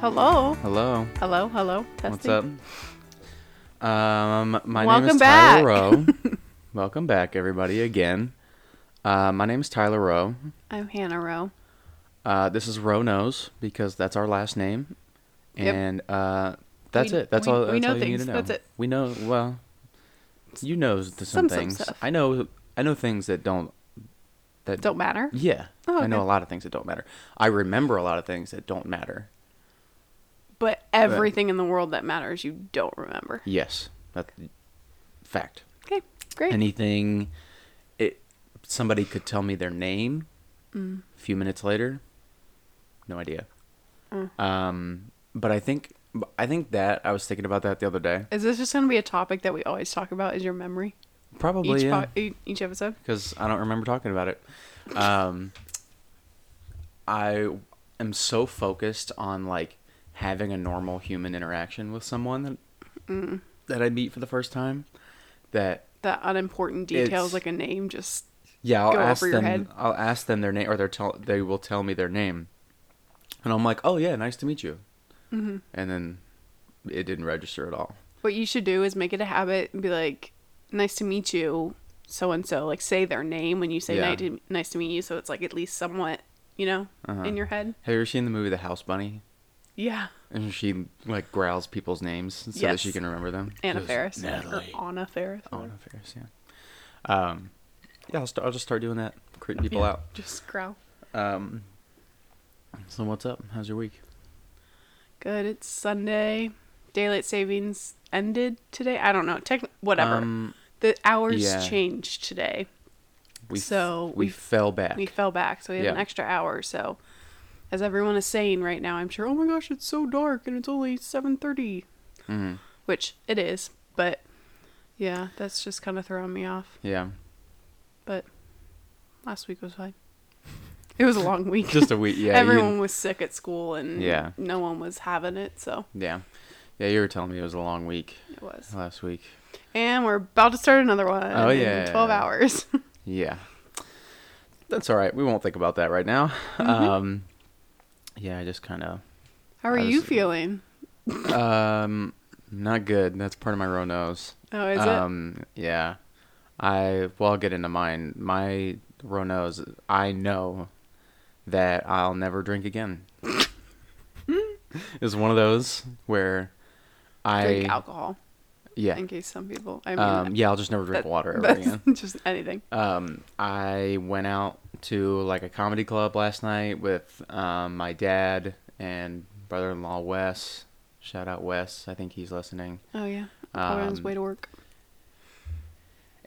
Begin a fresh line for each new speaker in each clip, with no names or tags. Hello.
Hello.
Hello. Hello. Testing.
What's up? Um, my name
Welcome
is Tyler
back.
Rowe. Welcome back, everybody, again. Uh, my name is Tyler Rowe.
I'm Hannah Rowe.
Uh, this is Rowe Knows because that's our last name,
Yep.
and uh, that's
We-
it. That's
we-
all.
we
That's
know
all you need
things.
to know.
That's it.
We know. Well, you know th-
Some-
some,
some
things.
stuff.
I know. I know things that don't. That
Don't matter.
Yeah.
Oh,
I know
okay.
a lot of things that don't matter. I remember a lot of things that don't matter.
But everything in the world that matters, you don't remember.
Yes, that's fact.
Okay. Great.
anything it somebody could tell me their name
Mm.
a few minutes later no idea
Mm.
um but i think i think that i was thinking about that the other day
is this just going to be a topic that we always talk about? Is your memory
probably
each
yeah
po- e- each episode?
because i don't remember talking about it um i am so focused on like having a normal human interaction with someone that
Mm.
that i meet for the first time that
That unimportant details
It's-
like a name just
Yeah, I'll
go
ask
over your
them.
head.
I'll ask them their name, or they tell they will tell me their name, and I'm like, "Oh yeah, nice to meet you," mm-hmm. and then it didn't register at all.
What you should do is make it a habit and be like, "Nice to meet you, so and so." Like say their name when you say
Yeah.
"Nice to- "Nice to meet you," so it's like at least somewhat, you know,
Uh-huh.
in your head.
Have you ever seen the movie The House Bunny?
Yeah,
And she like growls people's names so that she
Yes.
can remember them.
Anna
Just,
Faris
Natalie.
or Anna Faris.
Oh, Anna Faris. Yeah. Um, yeah. I'll, st- I'll just start doing that, creeping people
Yeah,
out.
Just growl.
Um. So what's up? How's your week?
Good. It's Sunday. Daylight savings ended today. I don't know. Tech. Whatever.
Um,
the hours
yeah.
changed today.
we f-
So,
we
we-
fell back.
We fell back, so we have an
Yeah.
extra hour. So, as everyone is saying right now, I'm sure, oh my gosh, it's so dark and it's only 7:30,
Mm-hmm.
which it is. But yeah, that's just kind of throwing me off.
yeah.
But last week was fine. It was a long week.
Just a week. Yeah. you didn't-
everyone was sick at school, and
Yeah.
no one was having it, so
Yeah. Yeah, you were telling me it was a long week
it was.
last week.
And we're about to start another one.
Oh,
in
yeah.
12 hours.
Yeah. That's all right. We won't think about that right now.
Mm-hmm.
Um Yeah, I just kind of
How are
I
you
was-
feeling?
um not good. That's part of my row nose.
Oh, is it?
um yeah. I well I'll get into mine. My row nose I know that I'll never drink again. is one of those where I
Drink alcohol,
yeah.
in case some people. I mean,
Um, yeah, I'll just never drink
That-
water ever
that's
again.
Just anything.
um, I went out to like a comedy club last night with um, my dad and brother-in-law Wes. Shout out Wes, I think he's listening.
Oh yeah, probably on his
Um,
way to work.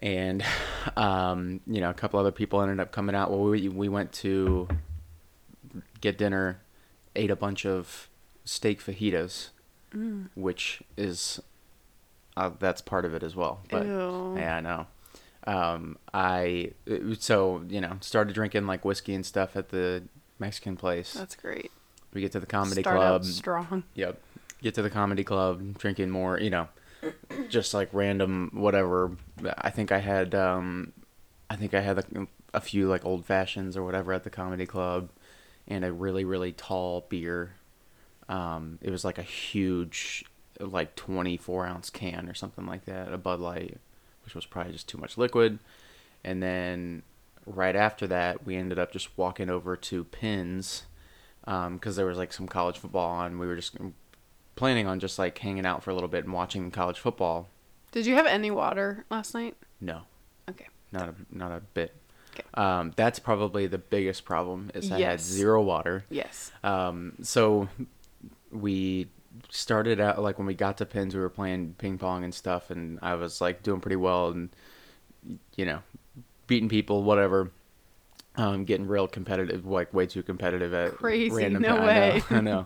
And um, you know, a couple other people ended up coming out. Well, we we went to get dinner, ate a bunch of steak fajitas,
Mm.
which is uh, that's part of it as well. But
Ew.
yeah, I know. Um, I it- so you know started drinking like whiskey and stuff at the Mexican place.
That's great.
we get to the comedy
Start
club.
out strong.
Yep. Get to the comedy club, drinking more, you know, just like random whatever. I think I had, um, I think I had a, a few like old fashions or whatever at the comedy club, and a really really tall beer. Um, it was like a huge, like twenty four ounce can or something like that, a Bud Light, which was probably just too much liquid. And then right after that, we ended up just walking over to Pins because um, there was like some college football on. We were just planning on just like hanging out for a little bit and watching college football.
Did you have any water last night?
No,
Okay.
not a not a bit.
Okay.
Um, that's probably the biggest problem is I had
Yes.
zero water.
Yes.
Um, so we started out like when we got to pins, we were playing ping pong and stuff, and I was like doing pretty well and you know beating people, whatever. Um, getting real competitive, like way too competitive at
Crazy,
random
no
ti- I
way.
know, I know.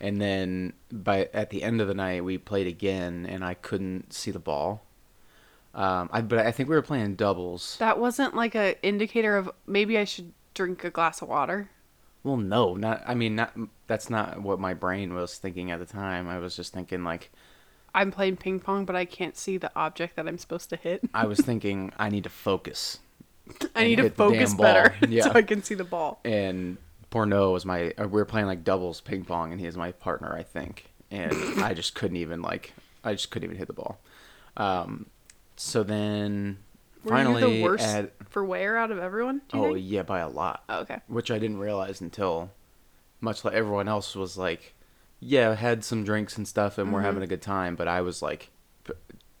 And then by at the end of the night, we played again, and I couldn't see the ball. Um, I but I think we were playing doubles.
That wasn't like a indicator of maybe I should drink a glass of water.
Well, no, not. I mean, not. That's not what my brain was thinking at the time. I was just thinking like,
I'm playing ping pong, but I can't see the object that I'm supposed to hit.
I was thinking I need to focus
I
And
need to
hit the damn
focus
ball.
better
Yeah.
so I can see the ball.
and poor Noah was my. uh, We were playing like doubles ping pong, and he is my partner, I think. And I just couldn't even like. I just couldn't even hit the ball. Um, so then
Were
finally,
you the worst
at-
for wear out of everyone? Do you
oh
think?
yeah, by a lot.
Oh, okay.
Which I didn't realize until, much like everyone else was like, yeah, had some drinks and stuff, and we're
Mm-hmm.
having a good time. But I was like, p-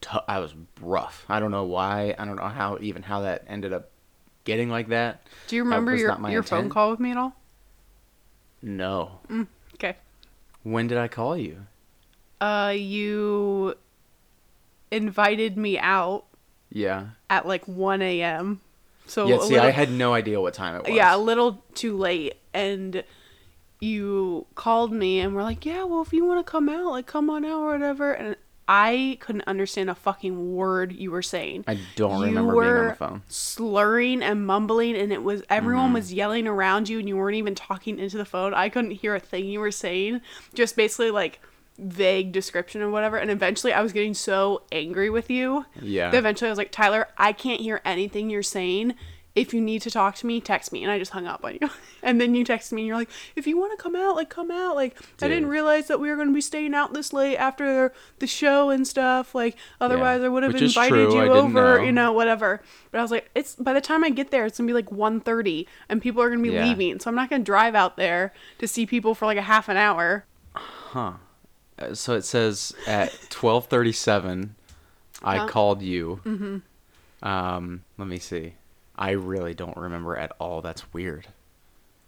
t- I was rough. I don't know why. I don't know how even how that ended up getting like that.
Do you
That
remember
was
your
not my
your phone
intent.
call with me at all?
No.
Okay.
When did I call you?
Uh, you invited me out
Yeah.
at like 1 a.m. So
yeah.
a
See,
little,
I had no idea what time it was.
yeah, a little too late, and you called me and were like, "Yeah, well, if you want to come out, like, come on out or whatever." And I couldn't understand a fucking word you were saying.
I don't
you
remember being on the phone. Mm-hmm.
slurring and mumbling, and it was everyone was yelling around you, and you weren't even talking into the phone. I couldn't hear a thing you were saying. Just basically like vague description or whatever. And eventually, I was getting so angry with you.
Yeah.
That eventually, I was like, Tyler, I can't hear anything you're saying. If you need to talk to me, text me. And I just hung up on you. and then you texted me, and you're like, if you want to come out, like come out. Like I didn't
Dude.
realize that we were going to be staying out this late after the show and stuff. Like otherwise, I would have
Which is
invited
true, I
you
didn't
over. You know
know.
know, whatever. But I was like, it's by the time I get there, it's gonna be like 1.30 and people are gonna be
Yeah.
leaving. So I'm not gonna drive out there to see people for like a half an hour.
Uh, So it says at twelve thirty-seven, I
Uh-huh.
called you. Mm-hmm. Um, let me see. I really don't remember at all. That's weird.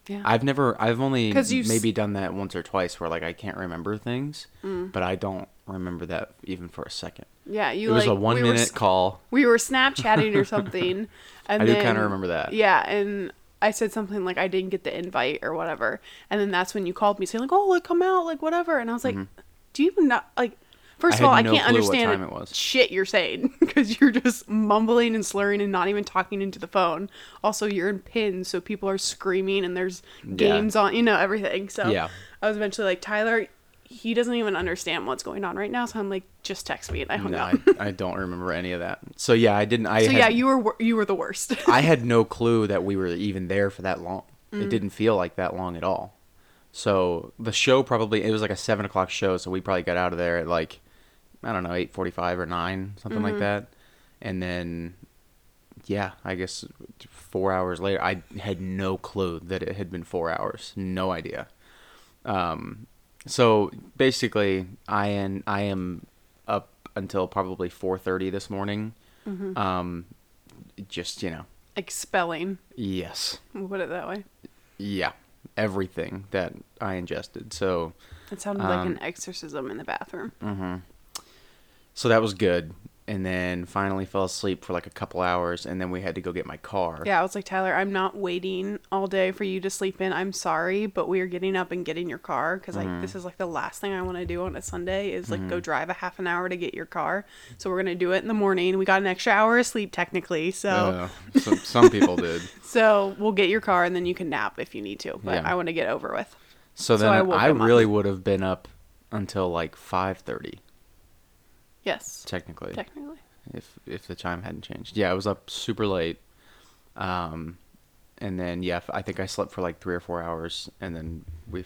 Yeah.
I've never. I've only
'Cause you s-
maybe done that once or twice, where like I can't remember things, but I don't remember that even for a second.
yeah, Mm. you
It was
like
a one-minute
we were, s-
call.
we were Snapchatting or something. And
I do
then-
kinda remember that.
Yeah, and I said something like I didn't get the invite or whatever. And then that's when you called me saying like, "Oh, like come out, like whatever." And I was like, "Do you not like First
Mm-hmm. I
of all,
had
I
no
can't
clue what
understand
time it was.
shit you're saying because you're just mumbling and slurring and not even talking into the phone. Also, you're in pins, so people are screaming and there's games on, you know, everything. So
Yeah.
I was eventually like, Tyler, he doesn't even understand what's going on right now. So I'm like, just text me and I hung
No,
up.
I, I don't remember any of that. So yeah, I didn't. I
Oh, so
had,
yeah, you were wor- you were the worst.
I had no clue that we were even there for that long. It didn't feel like that long at all. So the show probably it was like a seven o'clock show, so we probably got out of there at like I don't know eight forty five or nine something like that, and then yeah, I guess four hours later I had no clue that it had been four hours, no idea. Um, so basically I and I am up until probably four thirty this morning. Um, just you know
Expelling,
Yes.
we'll put it that way.
Yeah. Everything that I ingested. So
It sounded like
Um,
an exorcism in the bathroom.
so that was good. And then finally fell asleep for like a couple hours and then we had to go get my car.
Yeah, I was like, Tyler, I'm not waiting all day for you to sleep in. I'm sorry, but we are getting up and getting your car because like
Mm-hmm.
this is like the last thing I want to do on a Sunday is like go drive a half an hour to get your car. So we're gonna do it in the morning. We got an extra hour of sleep technically, so
Uh, some, some people did.
so we'll get your car and then you can nap if you need to. But
Yeah.
I want to get over with.
So
So I
then
woke
I,
him up.
really would have been up until like 5:30
Yes,
technically.
technically.
if if the time hadn't changed. Yeah, I was up super late. Um and then yeah, I think I slept for like 3 or 4 hours and then we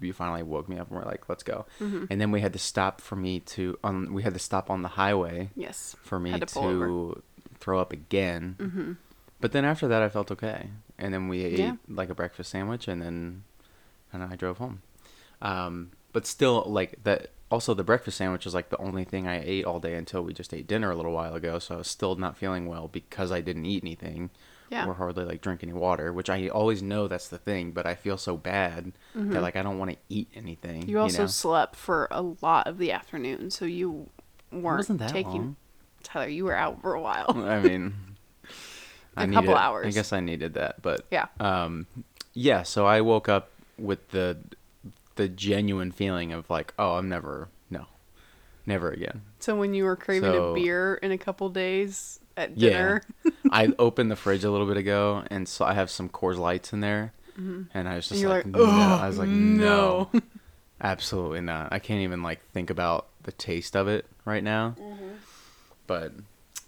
you finally woke me up and we're like, "Let's go." And then we had to stop for me to on we had to stop on the highway
Yes.
for me
Had
to,
to pull over.
throw up again. Mm-hmm. But then after that I felt okay. And then we ate
Yeah.
like a breakfast sandwich and then and I drove home. Um, but still, like that. Also, the breakfast sandwich is like the only thing I ate all day until we just ate dinner a little while ago. So I was still not feeling well because I didn't eat anything
Yeah.
or hardly like drink any water, which I always know that's the thing. But I feel so bad that like I don't want to eat anything.
Mm-hmm. You also
know?
slept for a lot of the afternoon, so you weren't
wasn't that long.
taking. Tyler, you were out for a while.
I mean,
A
I
couple
needed- I
hours.
guess I needed that, but
Yeah.
um, yeah. So I woke up with the the genuine feeling of like, oh, I'm never no, never again.
So when you were craving a
So-
beer in a couple days at dinner,
I opened the fridge a little bit ago, and so I have some Coors Lights in there, and I was just
Mm-hmm. you're
like,
like,
no. I was like,
no.
no, absolutely
Mm-hmm.
not. I can't even like think about the taste of it right now. But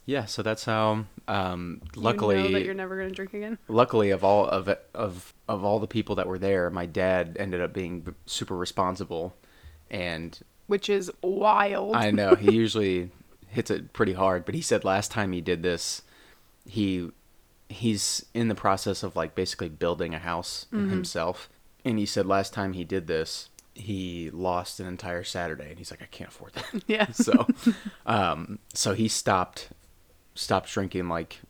yeah, so that's how. Um,
you
luckily,
know that you're never gonna drink again.
luckily of all of of of all the people that were there, my dad ended up being super responsible, and
Which is wild.
I know he usually hits it pretty hard, but he said last time he did this, he he's in the process of like basically building a house himself, and he said last time he did this, he lost an entire Saturday, and he's like, I can't afford that.
yeah.
so um so he stopped stopped drinking like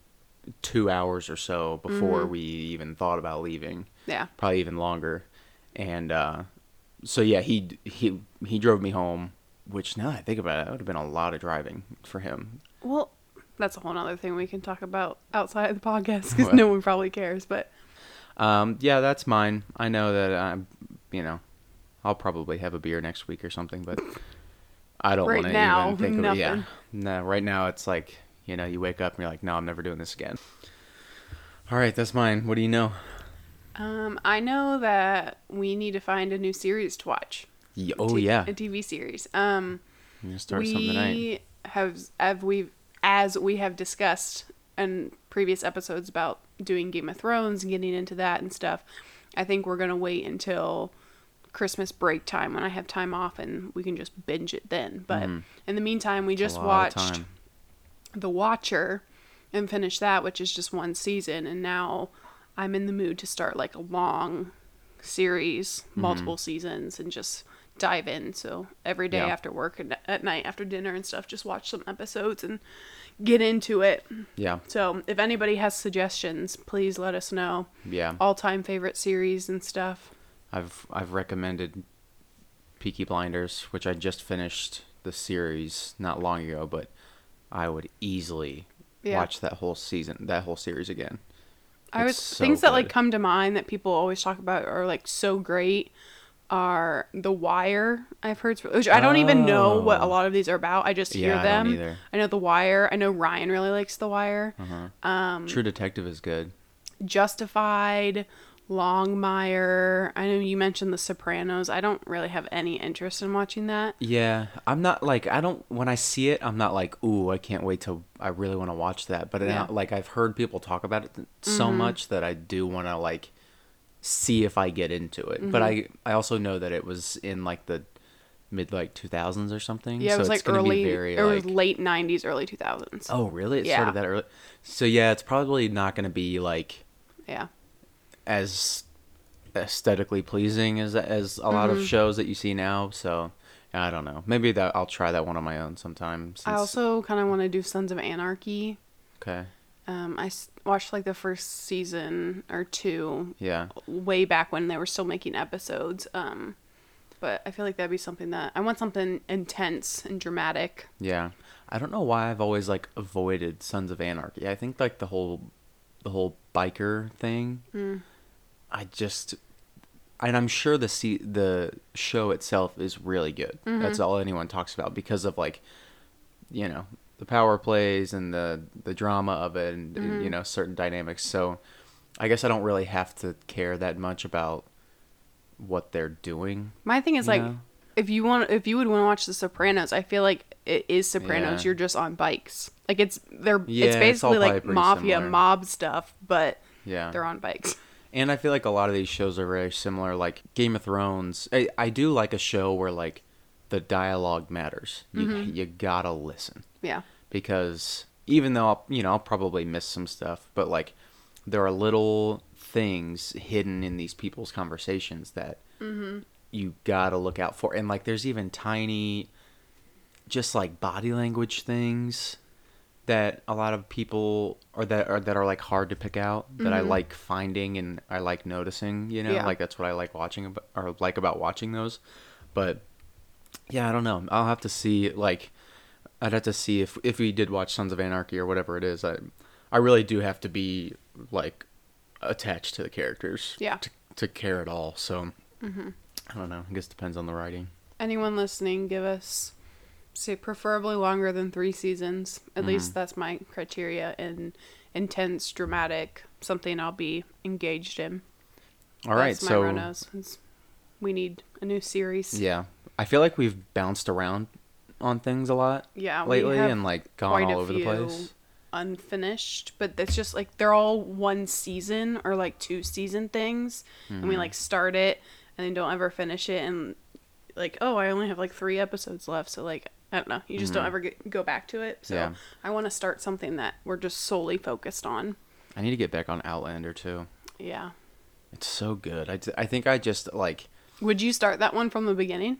two hours or so before we even thought about leaving
Yeah.
probably even longer and uh so yeah he he he drove me home which now that i think about it that would have been a lot of driving for him
Well, that's a whole nother thing we can talk about outside of the podcast because
What?
no one probably cares. But
um yeah that's mine i know that i'm you know i'll probably have a beer next week or something but i don't
Right
want to
now,
even think of it yeah
nothing.
no right now it's like you know you wake up and you're like no i'm never doing this again all right that's mine what do you know
um, I know that we need to find a new series to watch.
Ye- oh
T-
yeah
a TV series. Um,
i'm gonna start
we
something tonight
have have we as we have discussed in previous episodes about doing Game of Thrones and getting into that and stuff. I think we're gonna wait until Christmas break time when I have time off and we can just binge it then. But in the meantime, we just
Mm-hmm. a lot of
watched
time.
The Watcher and finished that, which is just one season. And now I'm in the mood to start like a long series,
Mm-hmm.
multiple seasons, and just dive in. So every day
Yeah.
after work and at night after dinner and stuff, just watch some episodes and get into it.
yeah
So if anybody has suggestions, please let us know.
yeah
All time favorite series and stuff.
I've I've recommended Peaky Blinders, which I just finished the series not long ago, but I would easily
Yeah.
watch that whole season, that whole series again.
I was
It's so
things that like
good.
come to mind that people always talk about are like so great are The Wire. I've heard which I don't even know what a
Oh.
lot of these are about. I just hear
Yeah, I
them.
don't either.
I know The Wire. I know Ryan really likes The Wire.
True Detective is good.
Justified, Longmire. I know you mentioned The Sopranos. I don't really have any interest in watching
Mm,
that.
Yeah, I'm not like I don't when I see it, I'm not like, "Ooh, I can't wait to I really want to watch that." But
Yeah. Mm-hmm.
now, like I've heard people talk about it so much that I do want to like see if I get into it. But
Mm-hmm.
I I also know that it was in like the mid like 2000s or something,
Yeah,
so
it was
it's
like
going to
early.
be very
it was
like
late '90s, early 2000s.
Oh, really? It
Yeah.
started that early. So yeah, it's probably not going to be like
Yeah.
as aesthetically pleasing as as a lot of shows that you see now. So I don't know. Maybe that I'll try that one on my own sometime. Since,
I also kind of want to do Sons of Anarchy.
okay.
Um, I s- watched like the first season or two
Yeah.
way back when they were still making episodes. Um, but I feel like that'd be something that I want something intense and dramatic.
Yeah. I don't know why I've always like avoided Sons of Anarchy. I think like the whole the whole biker thing. I just and I'm sure the se- the show itself is really good. That's all anyone talks about because of like you know, the power plays and the the drama of it and, and, you know, certain dynamics. So I guess I don't really have to care that much about what they're doing.
My thing is like,
Yeah.
if you want, if you would want to watch The Sopranos, I feel like it is Sopranos.
Yeah.
You're just on bikes. Like it's they're
Yeah,
it's
it's all
basically
probably
like
pretty
mafia
similar.
mob stuff, but
Yeah.
they're on bikes.
And I feel like a lot of these shows are very similar. Like Game of Thrones, I, I do like a show where like the dialogue matters. You, you gotta listen
Yeah,
because even though I'll, you know I'll probably miss some stuff, but like there are little things hidden in these people's conversations that you gotta look out for. And like there's even tiny, just like body language things that a lot of people or that are that are like hard to pick out that I like finding and I like noticing. You know,
Yeah.
like that's what I like watching about, or like about watching those, but yeah i don't know i'll have to see like i'd have to see if if we did watch sons of anarchy or whatever it is i i really do have to be like attached to the characters
Yeah. Mm-hmm.
to, to care at all so i don't know i guess it depends on the writing
anyone listening, give us say preferably longer than three seasons. At
Mm-hmm.
least that's my criteria. And intense, dramatic, something I'll be engaged in.
All right,
that's my
so
Ronos. It's- We need a new series.
yeah i feel like we've bounced around on things a lot
Yeah, we
lately
have
and like gone
quite
all
a
over the
few
place
unfinished, but that's just like they're all one season or like two season things, and
Mm-hmm.
we like start it and then don't ever finish it, and like oh I only have like three episodes left, so like I don't know, you just don't ever get, go back to it. So
Mm-hmm. Yeah.
I want to start something that we're just solely focused on.
I need to get back on Outlander too.
Yeah.
It's so good. I, I think I just like
Would you start that one from the beginning?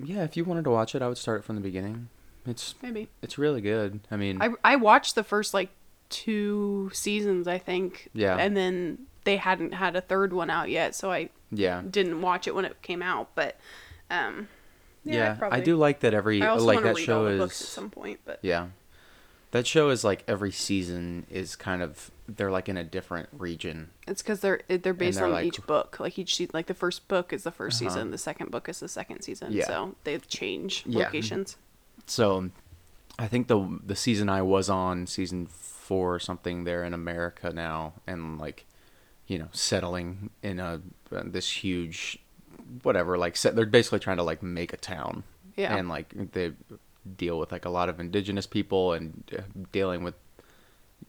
yeah. If you wanted to watch it, I would start it from the beginning. It's
Maybe.
it's really good. I mean,
I I watched the first like two seasons, I think.
Yeah.
And then they hadn't had a third one out yet, so I
yeah,
didn't watch it when it came out. But um, yeah, I'd
yeah. I
probably-
do like that every
I also
like
want to
that
read
show
all the
is
books at some point, but
Yeah. That show is like every season is kind of they're like in a different region.
it's because they're it- they're based
they're
on
like- Uh-huh.
each book. Like each se- like the first book is the 1st season, the second book is the second season.
Yeah.
So they change
Yeah.
locations.
So I think the the season I was on, season 4 or something, they're in America now and like you know, settling in a uh, this huge whatever like set, they're basically trying to like make a town.
Yeah.
And like they deal with like a lot of indigenous people and uh, dealing with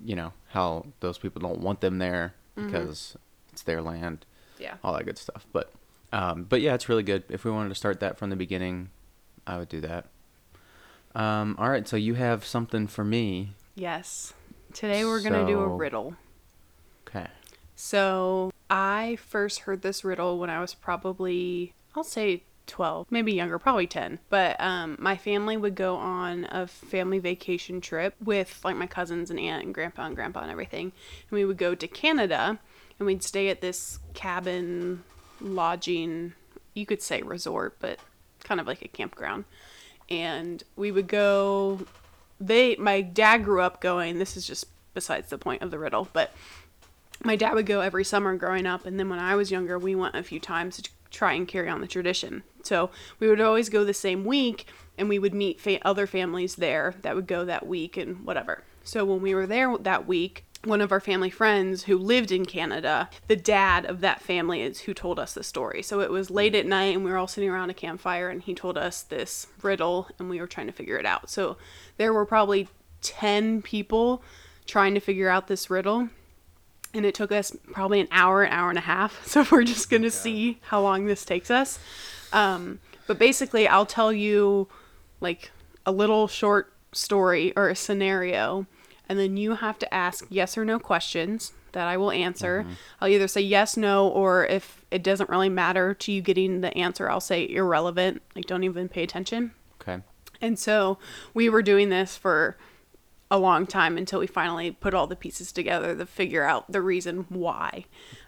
you know, how those people don't want them there because it's their land.
Yeah.
all that good stuff. But um, but yeah, it's really good. If we wanted to start that from the beginning, I would do that. Um, all right, so you have something for me.
Yes. Today we're gonna do a
So-
riddle.
Okay.
So I first heard this riddle when I was probably, I'll say 12, maybe younger, probably 10. But um, my family would go on a family vacation trip with like my cousins and aunt and grandpa and grandpa and everything. And we would go to Canada and we'd stay at this cabin lodging, you could say resort, but kind of like a campground. And we would go they my dad grew up going this is just besides the point of the riddle but my dad would go every summer growing up and then when i was younger we went a few times to try and carry on the tradition so we would always go the same week and we would meet fa- other families there that would go that week and whatever so when we were there that week one of our family friends who lived in Canada, the dad of that family is who told us the story. So it was late at night and we were all sitting around a campfire and he told us this riddle and we were trying to figure it out. So there were probably 10 people trying to figure out this riddle and it took us probably an hour, an hour and a half. So we're just going to see how long this takes us. Um, but basically, I'll tell you like a little short story or a scenario, and then you have to ask yes or no questions that I will answer. I'll either say yes, no, or if it doesn't really matter to you getting the answer, I'll say irrelevant. Like, don't even pay attention.
Okay.
And so we were doing this for a long time until we finally put all the pieces together to figure out the reason why.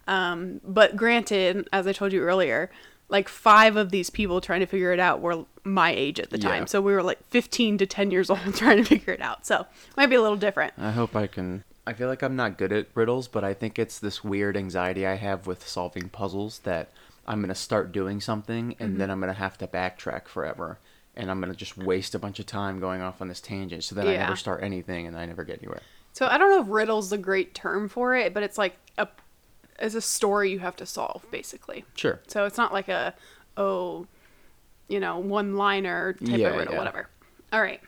Um, but granted, as I told you earlier, like five of these people trying to figure it out were my age at the time.
Yeah.
So we were like 15 to 10 years old trying to figure it out. So might be a little different.
I hope I can. I feel like I'm not good at riddles, but I think it's this weird anxiety I have with solving puzzles that I'm going to start doing something and then I'm going to have to backtrack forever. And I'm going to just waste a bunch of time going off on this tangent. So then I
Yeah.
never start anything and I never get anywhere.
So I don't know if riddle's the great term for it, but it's like a it's a story you have to solve basically.
Sure.
So it's not like a oh, you know, one liner type
Yeah,
of riddle,
yeah.
whatever. All right.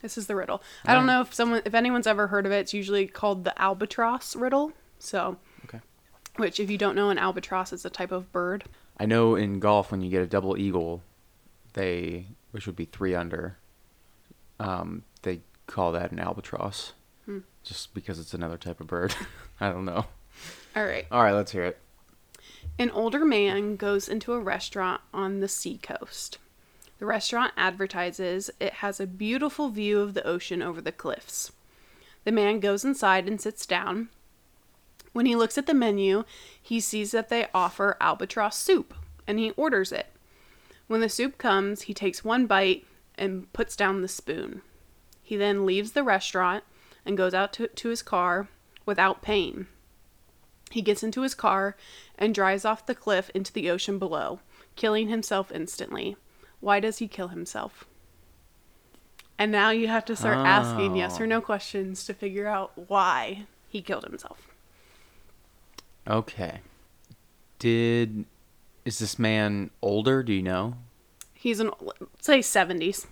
This is the riddle. I don't know if someone if anyone's ever heard of it. It's usually called the albatross riddle. So
Okay.
which if you don't know an albatross is a type of bird.
I know in golf when you get a double eagle, they which would be three under, um, they call that an albatross,
Hmm.
just because it's another type of bird. I don't know.
All right.
All right, let's hear it.
An older man goes into a restaurant on the seacoast. The restaurant advertises it has a beautiful view of the ocean over the cliffs. The man goes inside and sits down. When he looks at the menu, he sees that they offer albatross soup and he orders it. When the soup comes, he takes one bite and puts down the spoon. He then leaves the restaurant and goes out to, to his car without paying. He gets into his car and drives off the cliff into the ocean below, killing himself instantly. Why does he kill himself? And now you have to start asking yes or no questions to figure out why he killed himself.
Okay, did is this man older? Do you know?
He's an let's say 70s.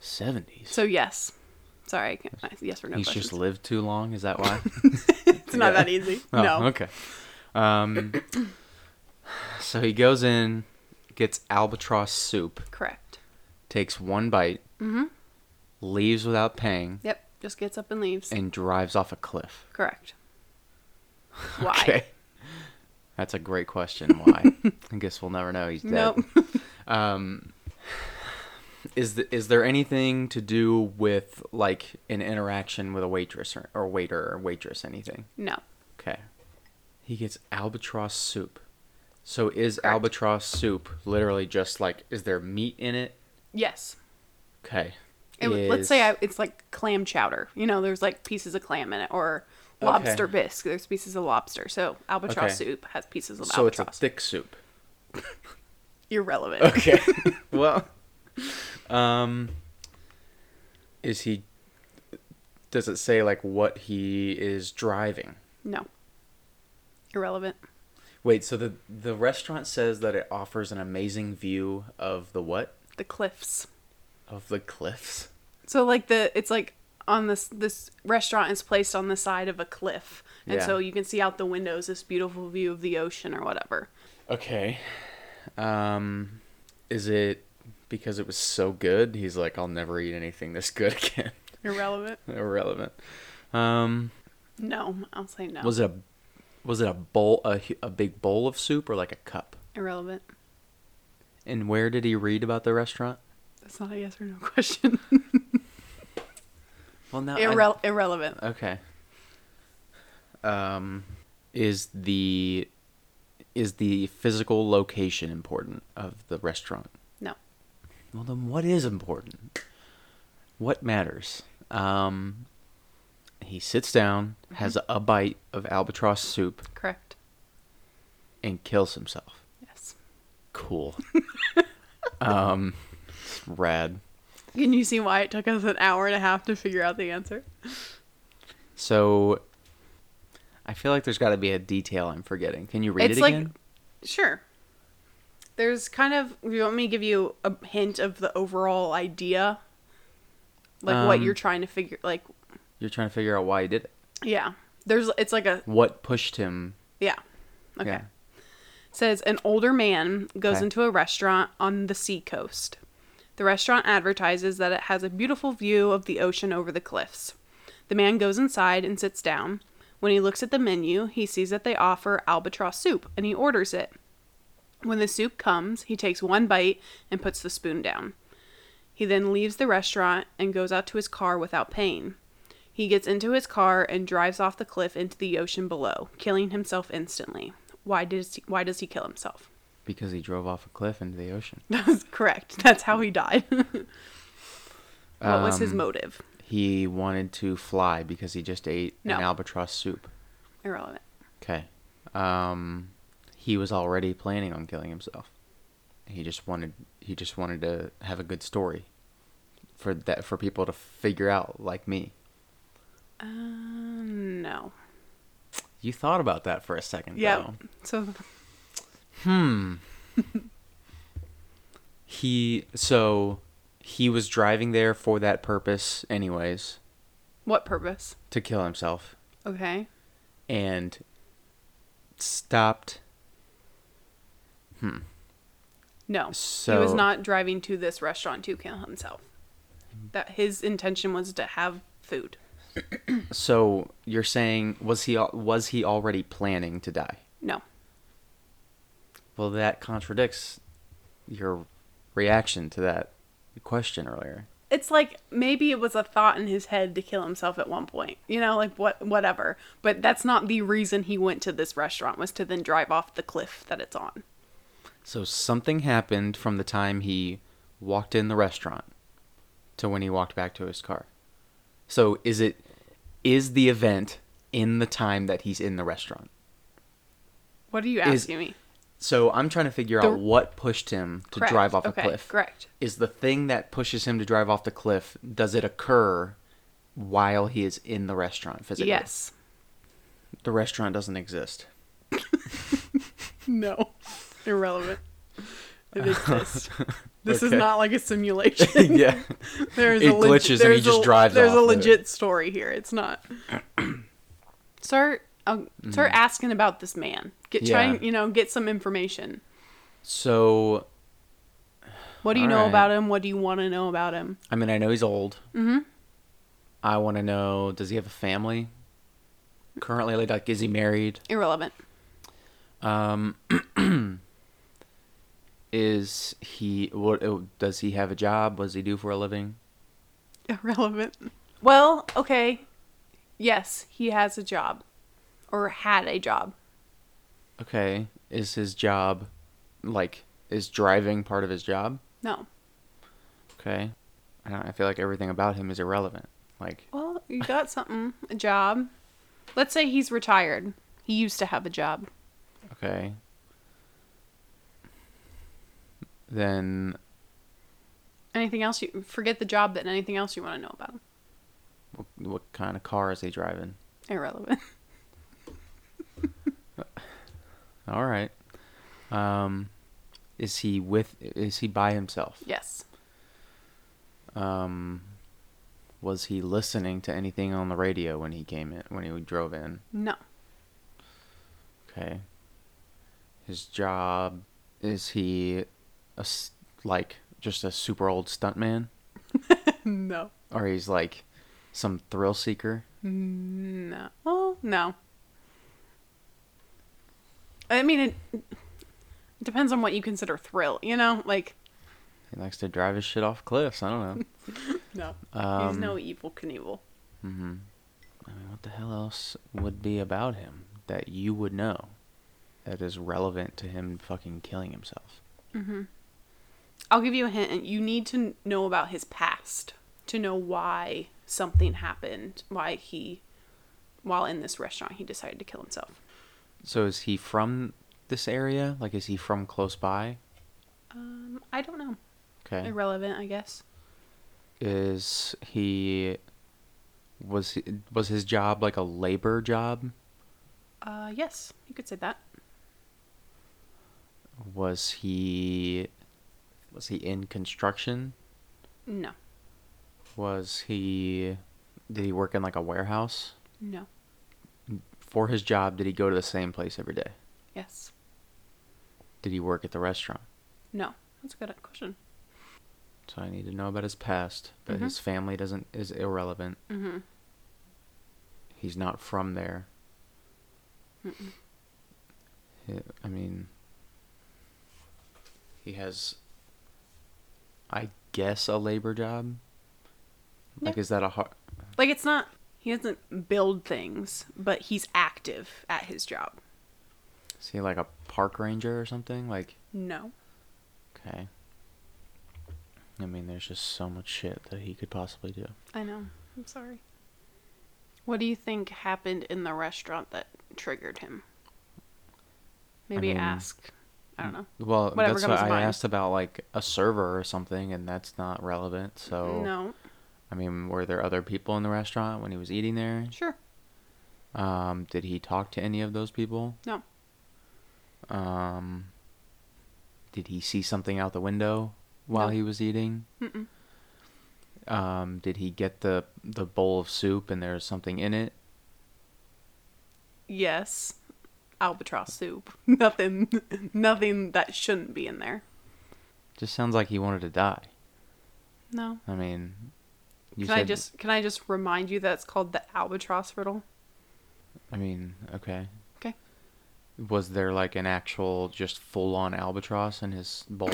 Seventies.
So yes. Sorry, I can't, yes or no
He's
questions.
just lived too long. Is that why?
it's not
yeah.
that easy.
Oh,
no.
Okay. Um, so he goes in, gets albatross soup,
Correct.
takes one bite,
Mm-hmm.
leaves without paying,
Yep. Just gets up and leaves.
and drives off a cliff.
Correct. Why?
Okay. That's a great question. Why? I guess we'll never know. He's dead.
Nope.
Um, is th- is there anything to do with like an interaction with a waitress or, or waiter or waitress? Anything?
no.
Okay. He gets albatross soup. So is albatross soup literally just like is there meat in it?
Yes.
Okay.
It, would Let's say
Is-
I, it's like clam chowder. You know, there's like pieces of clam in it, or lobster bisque. There's pieces of lobster. So albatross
Okay.
soup has pieces of
so it's a
albatross.
thick soup.
Irrelevant.
Okay. well, um, is he? Does it say like what he is driving?
No. Irrelevant.
Wait, so the the restaurant says that it offers an amazing view of the what?
The cliffs.
Of the cliffs.
So like the it's like on this this restaurant is placed on the side of a cliff, and
Yeah.
so you can see out the windows this beautiful view of the ocean or whatever.
Okay. Um is it because it was so good? He's like I'll never eat anything this good again.
Irrelevant.
Irrelevant. Um
No, I'll say no.
was it a was it a bowl a, hu- a big bowl of soup or like a cup?
Irrelevant.
And where did he read about the restaurant?
That's not a yes or no question.
Well, now I-
Irre- irrelevant.
Okay. Um, is the is the physical location important of the restaurant?
No.
Well, then what is important? What matters? Um, he sits down, has a bite of albatross soup,
Correct.
and kills himself.
Yes.
Cool. um, it's rad.
Can you see why it took us an hour and a half to figure out the answer?
So, I feel like there's got to be a detail I'm forgetting. Can you read
It's
it
like-
again?
Sure. There's kind of. You want me to give you a hint of the overall idea, like what
Um,
you're trying to figure. Like,
You're trying to figure out why he did it.
yeah. There's. It's like a.
what pushed him.
Yeah. Okay.
Yeah.
says an older man goes
Okay.
into a restaurant on the seacoast. The restaurant advertises that it has a beautiful view of the ocean over the cliffs. The man goes inside and sits down. When he looks at the menu, he sees that they offer albatross soup and he orders it. When the soup comes, he takes one bite and puts the spoon down. He then leaves the restaurant and goes out to his car without paying. He gets into his car and drives off the cliff into the ocean below, killing himself instantly. Why does he, why does he kill himself?
Because he drove off a cliff into the ocean.
That's correct. That's how he died. what was his motive?
He wanted to fly because he just ate
No.
an albatross soup.
Irrelevant.
Okay. Um, he was already planning on killing himself. He just wanted he just wanted to have a good story for that for people to figure out like me.
Uh, Um, no.
You thought about that for a second
Yeah.
though.
So
He so he was driving there for that purpose anyways,
what purpose?
to kill himself.
Okay.
and stopped.
No. he was
So-
not driving to this restaurant to kill himself. That his intention was to have food.
So you're saying was he al- was he already planning to die?
No.
Well, that contradicts your reaction to that question earlier.
it's like maybe it was a thought in his head to kill himself at one point you know like what whatever but that's not the reason he went to this restaurant was to then drive off the cliff that it's on
So something happened from the time he walked in the restaurant to when he walked back to his car. So is it is the event in the time that he's in the restaurant?
what are you
Is-
asking me
So I'm trying to figure
The-
out what pushed him to
Correct.
drive off a
Okay,
cliff.
correct
is the thing that pushes him to drive off the cliff does it occur while he is in the restaurant physically
yes
the restaurant doesn't exist
no irrelevant it exists This
Okay.
is not like a simulation.
yeah.
There's
It
a leg-
glitches and he
there's
just
a,
drives
There's a
off with it.
legit story here. It's not. start um, start asking about this man. Get
Mm-hmm. Yeah.
trying, you know, get some information.
So
What do you
All
know
right.
about him? What do you want to know about him?
I mean, I know he's old. Mm-hmm. I want to know: Does he have a family? Currently, like, is he married?
Irrelevant.
Um, is he? What uh, does he have a job? What does he do for a living?
Irrelevant. Well, okay. Yes, he has a job, or had a job.
Okay, is his job like is driving part of his job?
No.
Okay, I, don't, I feel like everything about him is irrelevant. Like,
Well, you got something. A job. Let's say he's retired. He used to have a job.
okay, then
Anything else? You forget the job. Then anything else you want to know about him?
what, what kind of car is he driving?
Irrelevant.
All right. Um, is he with? Is he by himself?
yes.
Um, was he listening to anything on the radio when he came in? When he drove in?
No.
Okay. His job is he, a s like just a super old stuntman,
No.
or he's like some thrill seeker?
No. Oh, no. I mean, it it depends on what you consider thrill, you know? Like,
He likes to drive his shit off cliffs. I don't know.
no. He's
Um,
no evil Knievel.
I mean, what the hell else would be about him that you would know that is relevant to him fucking killing himself?
I'll give you a hint. You need to know about his past to know why something happened, why he, while in this restaurant, he decided to kill himself.
So is he from this area? Like, is he from close by?
Um, I don't know.
Okay.
Irrelevant, I guess.
Is he was he, was his job like a labor job?
Uh, yes, you could say that.
Was he was he in construction?
No.
Was he did he work in like a warehouse?
No.
For his job, did he go to the same place every day?
Yes.
Did he work at the restaurant?
No. That's a good question.
So I need to know about his past, but
Mhm.
his family doesn't is irrelevant.
Mm-hmm.
He's not from there. He- I mean, he has, I guess, a labor job. Like, is that a hard?
Like it's not he doesn't build things, but he's active at his job.
Is he like a park ranger or something? Like,
No.
okay. I mean, there's just so much shit that he could possibly do.
I know. I'm sorry. What do you think happened in the restaurant that triggered him? Maybe
mean-
ask. I don't know.
Well,
Whatever
that's what
comes to
I
mind.
asked about, like a server or something, and that's not relevant. So,
No.
I mean, were there other people in the restaurant when he was eating there?
Sure.
Um, did he talk to any of those people?
No.
Um, did he see something out the window while
No.
he was eating?
Mm-mm.
Um, did he get the the bowl of soup and there's something in it?
Yes. Albatross soup. Nothing nothing that shouldn't be in there.
Just sounds like he wanted to die.
No.
I mean, you
can I just can I just remind you that it's called the albatross riddle?
I mean, okay.
Okay.
Was there like an actual just full on albatross in his bowl?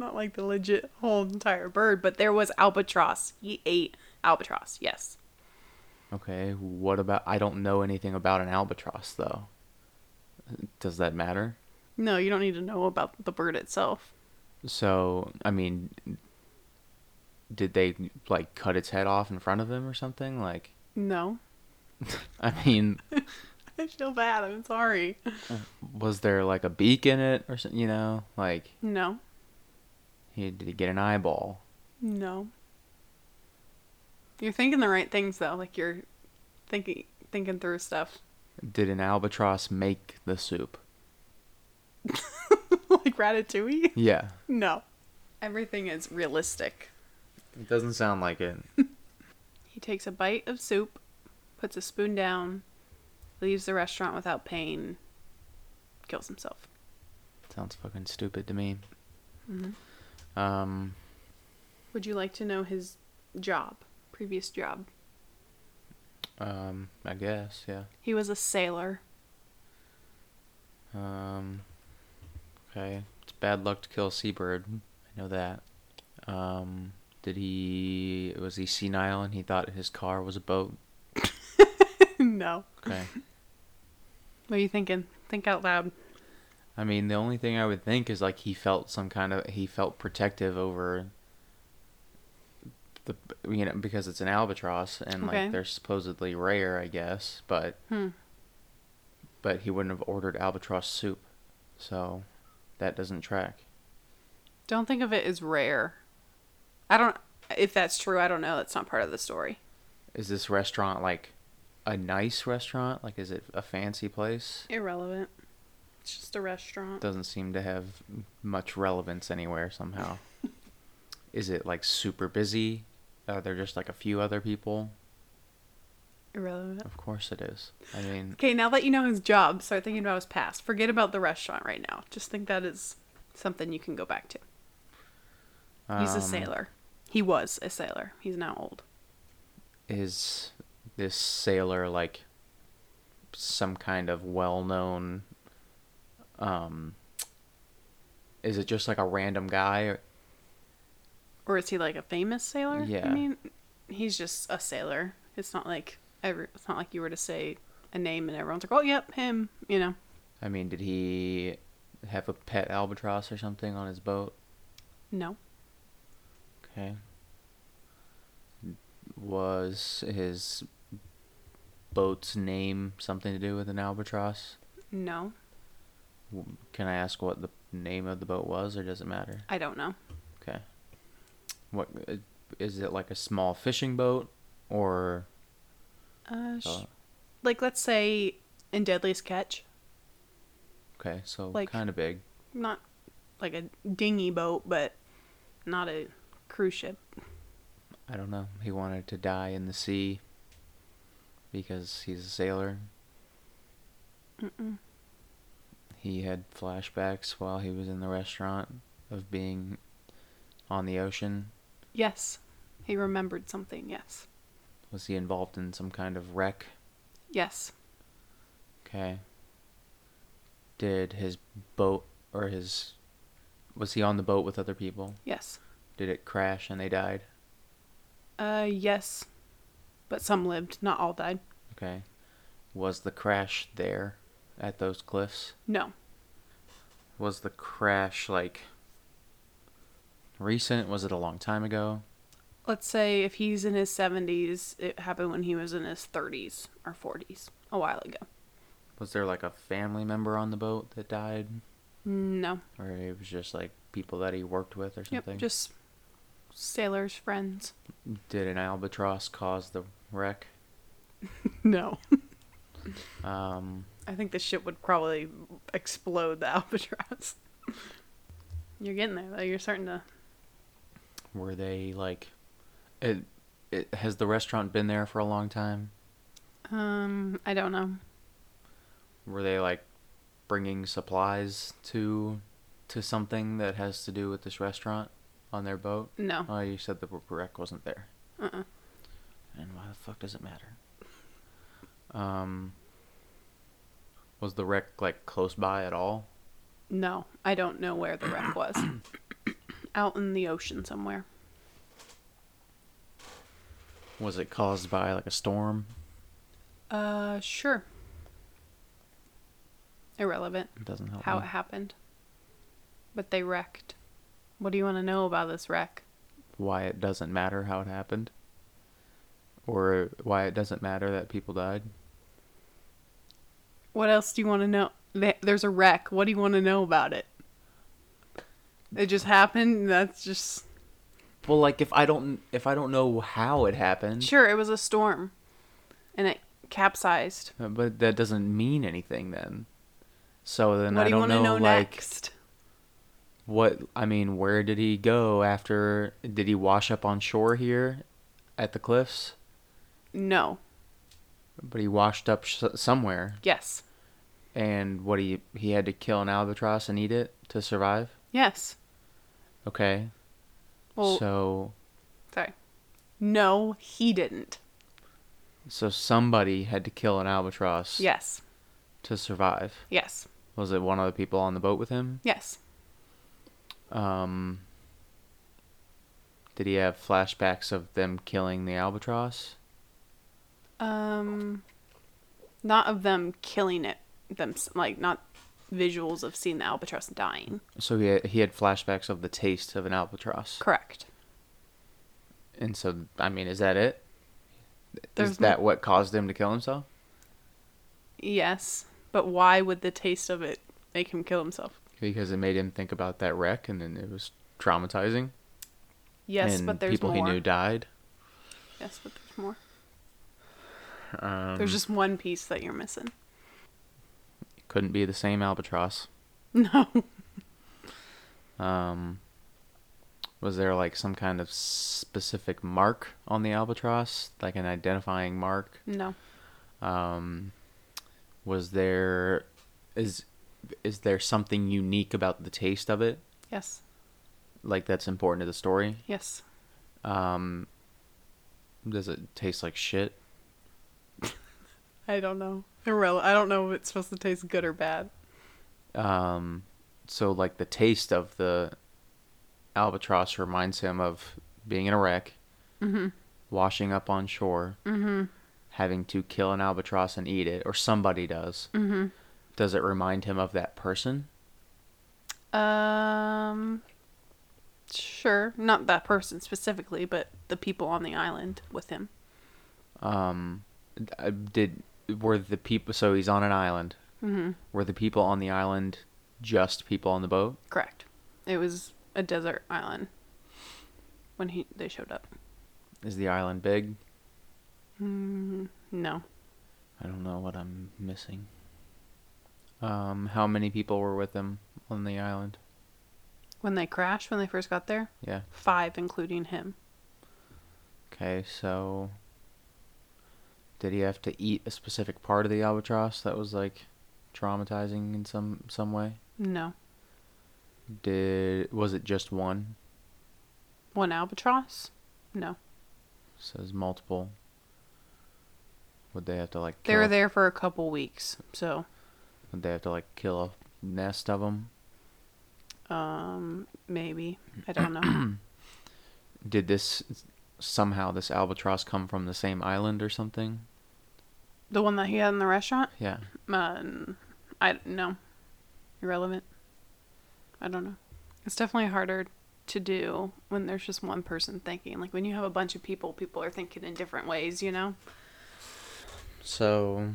not like the legit whole entire bird, but there was albatross. He ate albatross. Yes.
okay. What about? I don't know anything about an albatross though. Does that matter?
No, you don't need to know about the bird itself.
So, I mean, did they like cut its head off in front of him or something? Like,
No.
I mean,
I feel bad. I'm sorry.
was there like a beak in it or something? You know, like,
No.
he did he get an eyeball?
No. You're thinking the right things though. Like you're thinking thinking through stuff.
Did an albatross make the soup?
like Ratatouille?
Yeah.
No. Everything is realistic.
It doesn't sound like it.
He takes a bite of soup, puts a spoon down, leaves the restaurant without pain, kills himself.
Sounds fucking stupid to me. Um,
Would you like to know his job, previous job?
um, I guess, yeah.
He was a sailor.
Um, okay. It's bad luck to kill a seabird. I know that. Um, did he. Was he senile and he thought his car was a boat?
no.
Okay.
What are you thinking? Think out loud.
I mean, the only thing I would think is like he felt some kind of he felt protective over the you know because it's an albatross and
Okay.
like they're supposedly rare, I guess, but
Hmm.
but he wouldn't have ordered albatross soup, so that doesn't track.
Don't think of it as rare. I don't. If that's true, I don't know. That's not part of the story.
Is this restaurant like a nice restaurant? Like, is it a fancy place?
Irrelevant. It's just a restaurant.
Doesn't seem to have much relevance anywhere somehow. is it like super busy? Are there just like a few other people?
Irrelevant.
Of course it is. I mean,
Okay, now that you know his job, start thinking about his past. Forget about the restaurant right now. Just think that is something you can go back to. He's
um,
a sailor. He was a sailor. He's now old.
Is this sailor like some kind of well-known? Um, is it just like a random guy? or-
Or is he like a famous sailor?
Yeah.
I mean, he's just a sailor. It's not like every. It's not like you were to say a name and everyone's like, "Oh, yep, him." You know.
I mean, did he have a pet albatross or something on his boat?
No.
Okay. Was his boat's name something to do with an albatross?
No.
W- Can I ask what the name of the boat was, or does it matter?
I don't know.
Okay. What uh, is it like a small fishing boat or
Uh, sh-
uh,
like let's say in Deadliest Catch,
okay, so
Like-
kind of big.
not like a dinghy boat, but not a cruise ship.
I don't know. He wanted to die in the sea because he's a sailor.
Mm-mm.
He had flashbacks while he was in the restaurant of being on the ocean.
Yes, he remembered something. Yes,
Was he involved in some kind of wreck?
yes,
Okay. Did his boat or his was he on the boat with other people?
yes,
Did it crash and they died?
uh, yes. But some lived, not all died.
Okay. Was the crash there at those cliffs?
No,
Was the crash like recent? Was it a long time ago?
let's say if he's in his seventies, it happened when he was in his thirties or forties, a while ago.
Was there like a family member on the boat that died?
No,
Or it was just like people that he worked with or
yep,
something?
just sailors' friends.
Did an albatross cause the wreck?
No.
Um,
I think the ship would probably explode the albatross. You're getting there though. You're starting to.
were they like. It, it, has the restaurant been there for a long time?
Um, I don't know.
Were they like bringing supplies to to something that has to do with this restaurant on their boat?
No.
Oh, you said the w- wreck wasn't there.
Uh-uh.
And why the fuck does it matter? Um, was the wreck like close by at all?
No. I don't know where the wreck was. Out in the ocean somewhere.
Was it caused by like a storm?
Uh, sure. Irrelevant
It doesn't help.
how
me.
it happened. But they wrecked. What do you want to know about this wreck?
Why it doesn't matter how it happened? Or why it doesn't matter that people died?
What else do you want to know? Th- There's a wreck. What do you want to know about it? It just happened. That's just.
Well, like if I don't if I don't know how it happened,
Sure, it was a storm, and it capsized.
uh, but that doesn't mean anything then. So then
what
I
do you
don't
want to know,
like
next?
what I mean, where did he go after? Did he wash up on shore here at the cliffs?
No.
But he washed up sh- somewhere,
Yes.
and what he he had to kill an albatross and eat it to survive.
Yes.
Okay,
Well,
so
sorry. No, he didn't.
so somebody had to kill an albatross
Yes.
to survive.
Yes.
Was it one of the people on the boat with him?
Yes.
Um, did he have flashbacks of them killing the albatross?
Um, not of them killing it. Them like not visuals of seeing the albatross dying.
So he had, he had flashbacks of the taste of an albatross.
Correct.
And so, I mean, is that it? Is
There's no-
that what caused him to kill himself?
Yes, but why would the taste of it make him kill himself?
Because it made him think about that wreck, and then it was traumatizing.
Yes,
and
but there's
people
more.
he knew died.
Yes, but there's more.
Um,
There's just one piece that you're missing.
couldn't be the same albatross.
No.
Um, was there like some kind of specific mark on the albatross, like an identifying mark?
No.
Um, was there is is there something unique about the taste of it,
Yes.
like that's important to the story?
Yes.
Um, does it taste like shit?
I don't know. Irrelevant. I don't know if it's supposed to taste good or bad.
Um, so like the taste of the albatross reminds him of being in a wreck, Mm-hmm. washing up on shore, having to kill an albatross and eat it, or somebody does. Mm-hmm. Does it remind him of that person?
Um. Sure. Not that person specifically, but the people on the island with him.
Um, d- uh, did were the people? So he's on an island. Mm-hmm. Were the people on the island just people on the boat?
Correct. It was a desert island when he they showed up.
Is the island big?
Mm, No.
I don't know what I'm missing. Um, how many people were with them on the island?
When they crashed, when they first got there,
Yeah.
five, including him.
Okay, so did he have to eat a specific part of the albatross that was like traumatizing in some some way?
No.
Did was it just one?
One albatross? No.
Says multiple. Would they have to like
They
kill
were
a-
there for a couple weeks, so
Would they have to like kill a nest of them?
um maybe. I don't know.
Did this somehow this albatross come from the same island or something?
the one that he had in the restaurant?
Yeah.
Um I no. Irrelevant. I don't know. It's definitely harder to do when there's just one person thinking. Like when you have a bunch of people, people are thinking in different ways, you know?
So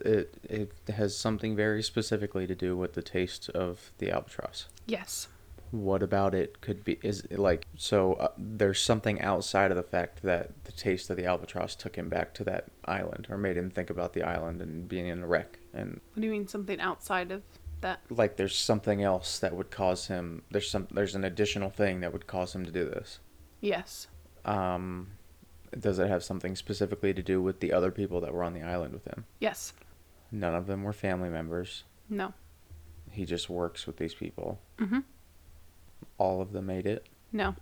it it has something very specifically to do with the taste of the albatross.
Yes.
What about it could be is it like so uh, there's something outside of the fact that the taste of the albatross took him back to that island or made him think about the island and being in a wreck and
What do you mean something outside of that?
like there's something else that would cause him there's some there's an additional thing that would cause him to do this.
Yes.
Um does it have something specifically to do with the other people that were on the island with him?
Yes.
None of them were family members.
No.
he just works with these people.
Mhm.
All of them ate it,
No.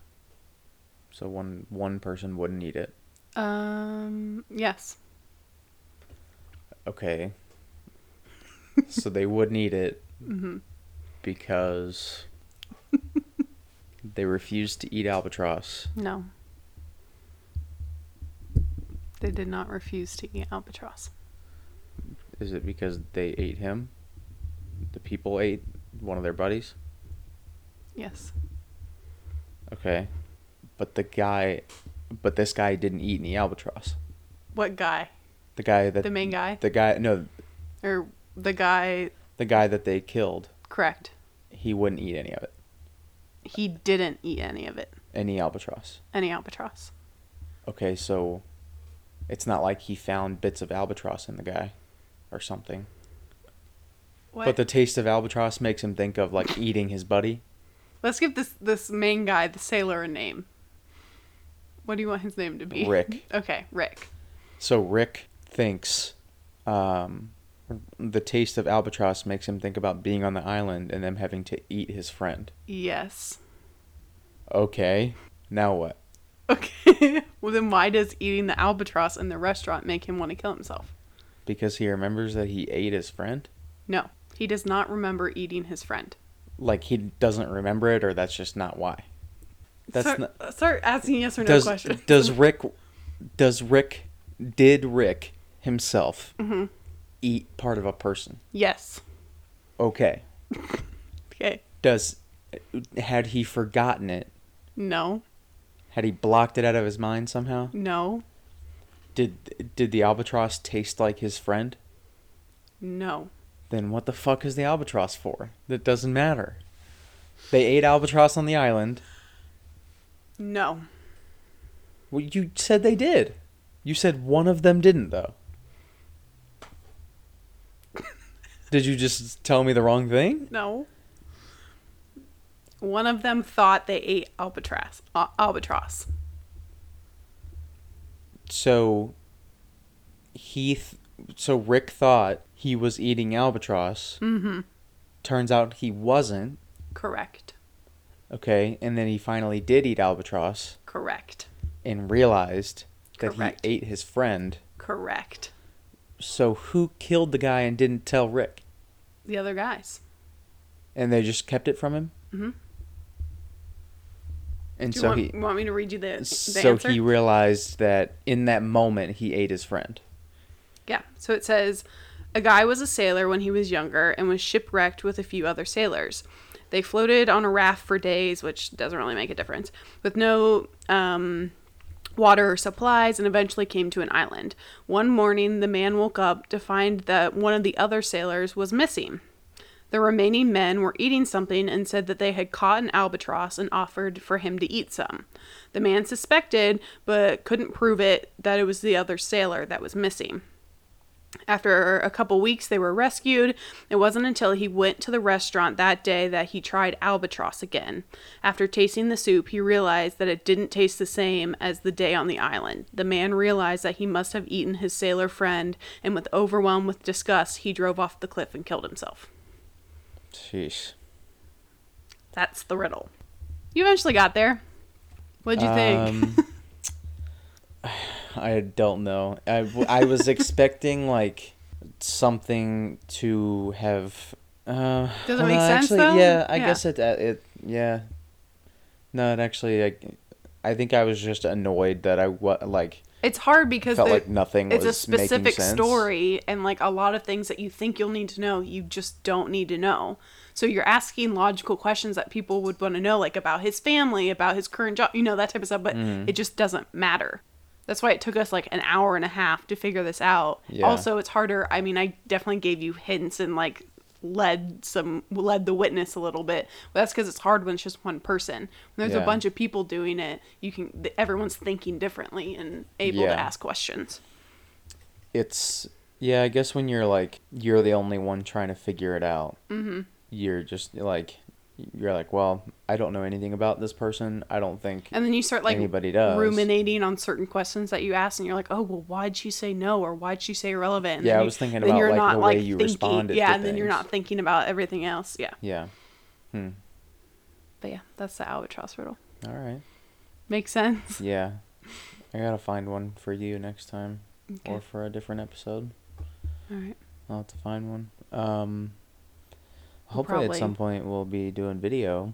so one one person wouldn't eat it.
Um yes.
Okay. so they wouldn't eat it
Mm-hmm.
because they refused to eat albatross.
No. They did not refuse to eat albatross.
Is it because they ate him? The people ate one of their buddies.
Yes.
Okay. But the guy, but this guy didn't eat any albatross.
What guy?
The guy that
The main guy?
the guy no
Or the guy
the guy that they killed
correct.
he wouldn't eat any of it.
He didn't eat any of it.
any albatross.
Any albatross.
Okay, so it's not like he found bits of albatross in the guy or something.
What?
But the taste of albatross makes him think of like eating his buddy.
Let's give this this main guy, the sailor, a name. What do you want his name to be?
Rick.
Okay, Rick.
So Rick thinks um, the taste of albatross makes him think about being on the island and them having to eat his friend.
Yes.
Okay, now what?
Okay. well, then why does eating the albatross in the restaurant make him want to kill himself?
Because he remembers that he ate his friend?
No, he does not remember eating his friend.
Like he doesn't remember it, or that's just not why. That's
start,
not,
start uh, asking yes or no
does
questions.
does Rick does Rick did Rick himself eat part of a person?
yes.
Okay.
Okay.
Does had he forgotten it?
No.
Had he blocked it out of his mind somehow?
No.
Did did the albatross taste like his friend?
No.
Then what the fuck is the albatross for? That doesn't matter. They ate albatross on the island.
No.
Well, you said they did. You said one of them didn't though. Did you just tell me the wrong thing?
No. One of them thought they ate albatross. Uh, albatross.
so he th- so rick thought he was eating albatross mm-hmm. turns out he wasn't
Correct.
okay and then he finally did eat albatross
Correct.
and realized that
Correct.
he ate his friend
Correct.
so who killed the guy and didn't tell rick
The other guys.
and they just kept it from him mm-hmm. and
Do you
so
want,
he
want me to read you the, the
so
answer?
he realized that in that moment he ate his friend
Yeah. So it says a guy was a sailor when he was younger and was shipwrecked with a few other sailors. They floated on a raft for days, which doesn't really make a difference, with no um, water or supplies, and eventually came to an island. One morning, the man woke up to find that one of the other sailors was missing. The remaining men were eating something and said that they had caught an albatross and offered for him to eat some. The man suspected, but couldn't prove it, that it was the other sailor that was missing. After a couple weeks, they were rescued. It wasn't until he went to the restaurant that day that he tried albatross again. After tasting the soup, he realized that it didn't taste the same as the day on the island. The man realized that he must have eaten his sailor friend, and with overwhelmed with disgust, he drove off the cliff and killed himself.
jeez
That's the riddle. You eventually got there. What'd you think?
Um, I don't know. I, w- I was expecting like something to have. Uh,
Does it
well,
make
no,
sense,
actually,
though?
Yeah, I
Yeah.
guess it. uh, It yeah. No, it actually. I, I think I was just annoyed that I what like
It's hard because
felt
the-
like nothing
it's a
was making
specific
sense.
story and like a lot of things that you think you'll need to know you just don't need to know so you're asking logical questions that people would want to know like about his family about his current job you know that type of stuff but
Mm.
it just doesn't matter that's why it took us like an hour and a half to figure this out
Yeah.
also it's harder i mean i definitely gave you hints and like led some led the witness a little bit but that's because it's hard when it's just one person when there's
Yeah.
a bunch of people doing it you can everyone's thinking differently and able
Yeah.
to ask questions
It's yeah. I guess when you're like you're the only one trying to figure it out. Mm-hmm. You're just like you're like well I don't know anything about this person. I don't think
And then you start like
Anybody does.
ruminating on certain questions that you ask, and you're like, oh, well, why'd she say no, or why'd she say irrelevant? And
Yeah, I
then
was
you-
thinking
then
about,
you're
like,
not,
the way you responded
Yeah,
to
and then you're
things.
not thinking about everything else. Yeah,
Yeah.
but yeah, that's the albatross riddle.
All right.
Makes sense.
Yeah. I gotta find one for you next time, or
Okay.
for a different episode.
All right.
I'll have to find one. Um. Hopefully,
probably-
at some point we'll be doing video.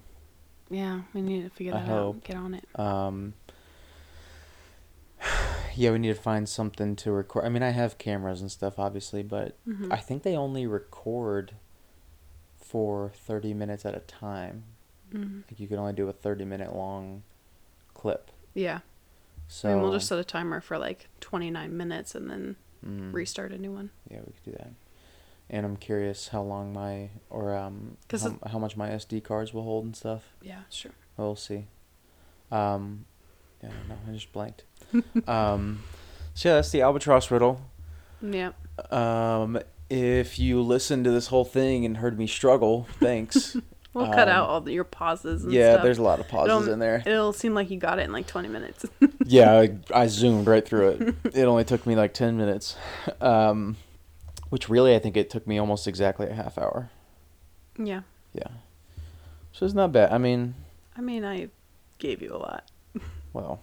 Yeah, we need to figure
I
that out.
hope.
Get on it.
Um. Yeah, we need to find something to record. I mean, I have cameras and stuff, obviously, but
Mm-hmm.
I think they only record for thirty minutes at a time.
Mm-hmm.
Like you can only do a thirty-minute long clip.
Yeah,
So
and we'll just set a timer for like 29 minutes and then
Mm.
restart a new one.
Yeah, we could do that. And I'm curious how long my or um
'Cause
how, how much my SD cards will hold and stuff.
Yeah, sure.
We'll see. Um, yeah, I don't know. I just blanked. um, so yeah, that's the albatross riddle.
Yeah.
Um, if you listened to this whole thing and heard me struggle, thanks.
We'll cut out all the, your pauses. And
Yeah,
stuff.
there's a lot of pauses
It'll-
in there.
It'll seem like you got it in like 20 minutes.
yeah, I, I zoomed right through it. It only took me like 10 minutes, um, which really I think it took me almost exactly a half hour.
yeah,
Yeah. So it's not bad. I mean,
I mean, I gave you a lot.
well,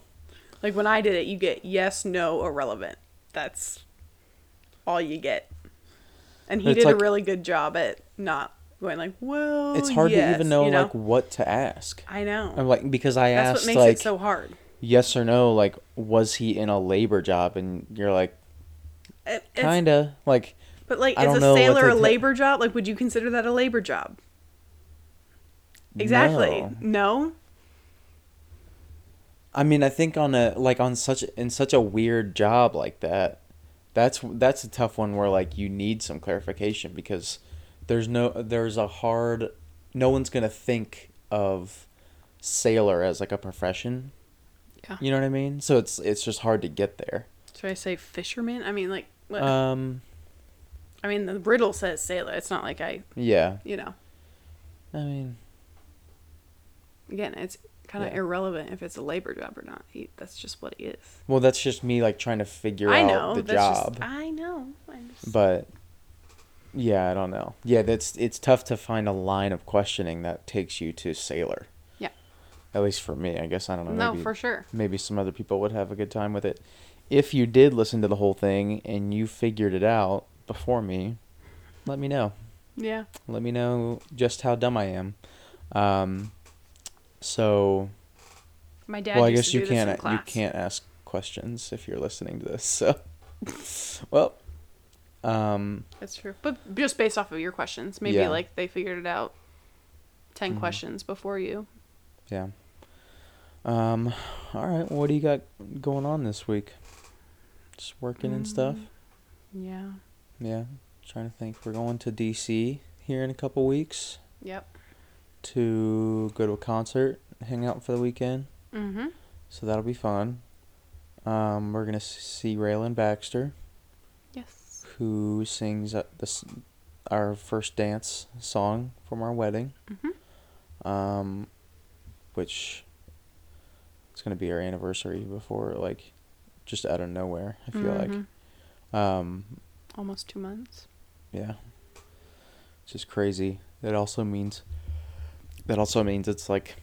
Like when I did it, you get yes, no, irrelevant. That's all you get. And he
It's
did a
like-
really good job at not going like, well,
it's hard to
Oh, yes,"
even know,
you
like what to ask.
I know.
I'm like because I
That's
asked
what makes
like
it so hard.
yes or no, like was he in a labor job, and you're like
It- it's-
kinda like
but like,
I
is
don't
a
know what
sailor
to
a
t-
labor job? Like, would you consider that a labor job? Exactly.
no.
No.
I mean, I think on a like on such in such a weird job like that, that's that's a tough one where like you need some clarification because there's no there's a hard no one's gonna think of sailor as like a profession.
Yeah.
You know what I mean? So it's it's just hard to get there.
Should I say fisherman? I mean, like, what?
Um.
I mean, the riddle says sailor. It's not like I,
Yeah.
you know,
I mean.
again, it's kind of
Yeah.
irrelevant if it's a labor job or not. He, that's just what he is.
Well, that's just me like trying to figure
I
out
know.
the
that's
job.
Just, I know. I'm just-
But yeah, I don't know. Yeah, that's it's tough to find a line of questioning that takes you to sailor.
Yeah.
At least for me, I guess I don't know.
no,
maybe,
for sure.
Maybe some other people would have a good time with it. If you did listen to the whole thing and you figured it out before me, let me know.
Yeah.
Let me know just how dumb I am. Um, so
My dad.
well, I
used
guess
to
you
do this in
can't you
class.
can't ask questions if you're listening to this. So, well, um,
That's true. But just based off of your questions, maybe
Yeah. Mm-hmm.
like they figured it out 10 questions before you.
Yeah. Um. All right. What do you got going on this week? Just working and stuff.
Mm-hmm. Yeah.
Yeah. Trying to think. We're going to DC here in a couple weeks
Yep.
to go to a concert, hang out for the weekend.
Mm-hmm.
So that'll be fun. Um. We're gonna s- see Raylan Baxter,
Yes.
who sings uh, this our first dance song from our wedding.
Mhm.
Um. Which. It's gonna be our anniversary before like, just out of nowhere. I feel like.
Mhm.
Um,
almost two months.
yeah. It's just crazy. That also means that also means it's like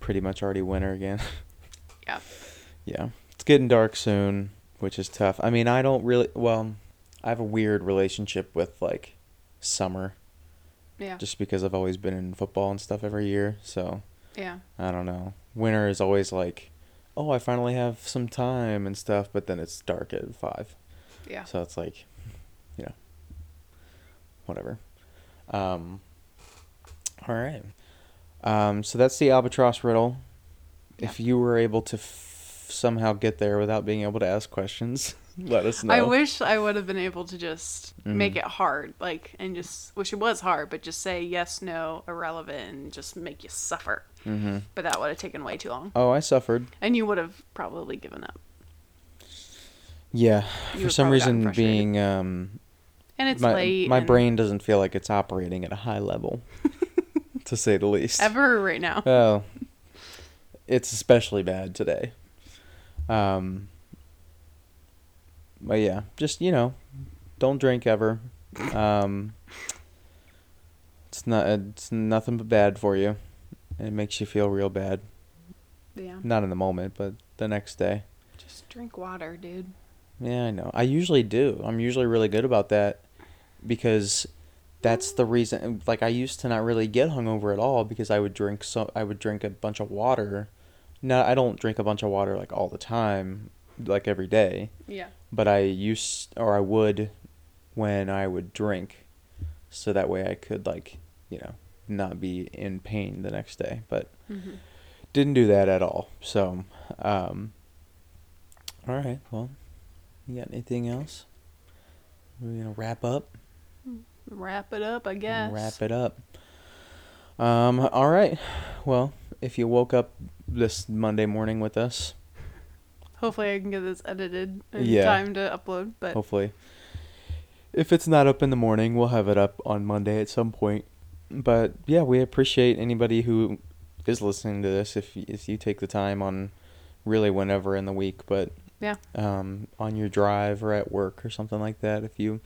pretty much already winter again.
Yeah.
yeah. It's getting dark soon, which is tough. I mean, I don't really well, I have a weird relationship with like summer
Yeah.
just because I've always been in football and stuff every year, so
yeah.
I don't know. Winter is always like, oh, I finally have some time and stuff, but then it's dark at 5.
Yeah.
So it's like, you know, whatever. Um, all right. Um, so that's the albatross riddle. If you were able to f- somehow get there without being able to ask questions, let us know.
I wish I would have been able to just
Mm-hmm.
make it hard, like, and just wish it was hard, but just say yes, no, irrelevant, and just make you suffer. Mm-hmm. But that would have taken way too long,
oh, I suffered.
and you would have probably given up.
Yeah.
You
for
were
some
probably gotten
reason,
frustrated.
being um,
And it's
my
late.
my
and
brain doesn't feel like it's operating at a high level, to say the least.
ever right now.
Oh, it's especially bad today. Um, but yeah, just you know, don't drink ever. Um, it's not it's nothing but bad for you. It makes you feel real bad.
Yeah,
Not in the moment, but the next day.
just drink water, dude.
Yeah, I know. I usually do. I'm usually really good about that because that's the reason like I used to not really get hungover at all because I would drink so I would drink a bunch of water. No, I don't drink a bunch of water like all the time, like every day,
Yeah,
but I used or I would when I would drink so that way I could like, you know, not be in pain the next day, but
Mhm.
didn't do that at all. So, um all right. Well, you got anything else? We're gonna wrap up.
wrap it up, I guess.
Wrap it up. Um. All right. Well, if you woke up this Monday morning with us,
Hopefully, I can get this edited in
Yeah.
time to upload. But
hopefully, if it's not up in the morning, we'll have it up on Monday at some point. but yeah, we appreciate anybody who is listening to this if y- if you take the time on really whenever in the week, but
Yeah.
um, on your drive or at work or something like that. If you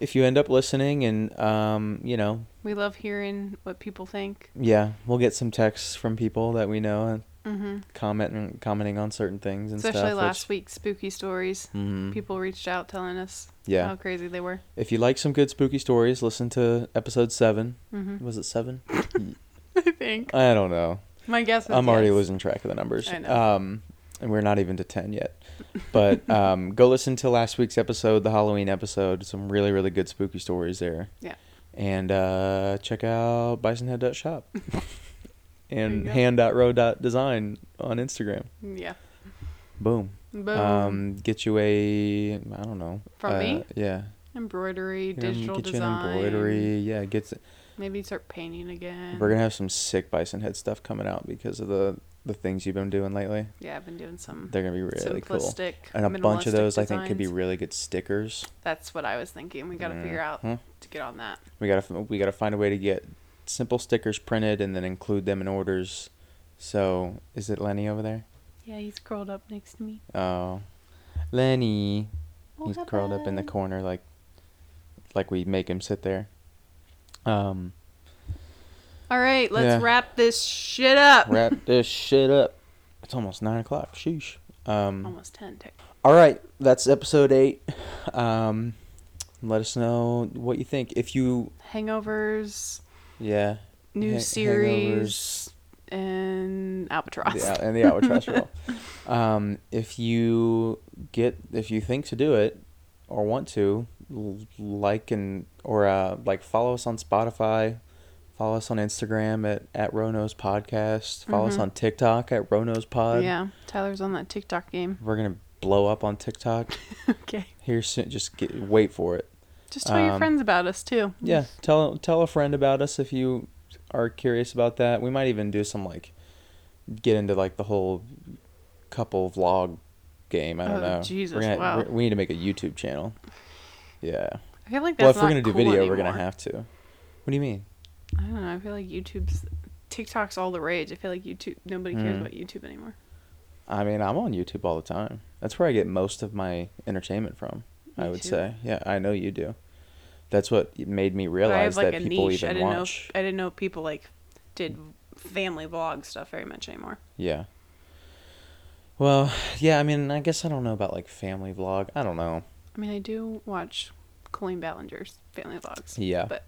if you end up listening and um, you know,
We love hearing what people think.
yeah, we'll get some texts from people that we know and
Mm-hmm.
commenting commenting on certain things and
Especially
stuff.
last week's spooky stories.
hmm
People reached out telling us
Yeah.
how crazy they were.
If you like some good spooky stories, listen to episode seven.
Mm-hmm.
Was it seven?
I think.
I don't know.
My guess is.
I'm already
yes.
losing track of the numbers.
I know.
Um, and we're not even to 10 yet. But um, go listen to last week's episode, the Halloween episode. Some really, really good spooky stories there.
Yeah.
And uh, check out bisonhead.shop
you
and
go.
hand.row.design on Instagram.
Yeah.
Boom.
Boom.
Um, get you a, I don't know. Uh,
From me?
Yeah.
embroidery,
You know,
digital
get you an
design.
embroidery. Yeah. Get,
Maybe start painting again.
we're going to have some sick bison head stuff coming out because of the, the things you've been doing lately.
yeah, I've been doing some
They're going to be really cool.
simplistic,
And a bunch of
minimalistic
those, I think, could be
designs.
really good stickers.
That's what I was thinking. We got to figure out
Mhm.
to get on that.
We gotta f- we gotta find a way to get simple stickers printed and then include them in orders. So is it Lenny over there?
Yeah, he's curled up next to me.
Oh, Lenny, he's
hi,
curled up in the
bud.
corner like like we make him sit there. Um,
All right, let's
Yeah.
wrap this shit up.
wrap this shit up. It's almost nine o'clock. Sheesh. Um,
Almost ten. Tech.
All right, that's episode eight. Um, let us know what you think. If you, Hangovers. yeah,
New
Hang-
series and Albatross.
the, al- and the albatross roll. Um, if you get, if you think to do it or want to, l- like and or uh, like follow us on Spotify, follow us on Instagram at at Ronos Podcast, follow us
Mhm.
on TikTok at Ronos Pod.
yeah, Tyler's on that TikTok game.
we're gonna blow up on TikTok
okay,
here soon. Just get, wait for it.
just tell your
Um,
friends about us too.
Yeah, tell tell a friend about us if you are curious about that. We might even do some like get into like the whole couple vlog game. I don't
Oh,
know.
Jesus,
We're gonna-
wow.
we- we need to make a YouTube channel. Yeah.
I feel like
well,
that's
if we're
not
gonna do
cool
video, we're gonna
anymore.
have to. What do you mean?
I don't know. I feel like YouTube's TikTok's all the rage. I feel like YouTube. Nobody cares
Mm.
about YouTube anymore.
I mean, I'm on YouTube all the time. That's where I get most of my entertainment from. I
Me
would
too.
say. Yeah, I know you do. That's what made me
But I
realize
have like
that
a
people
niche. I
even
didn't know.
watch.
If, I didn't know if people like did family vlog stuff very much anymore.
Yeah. Well, yeah, I mean, I guess I don't know about like family vlog. I don't know.
I mean, I do watch Colleen Ballinger's family vlogs.
Yeah.
But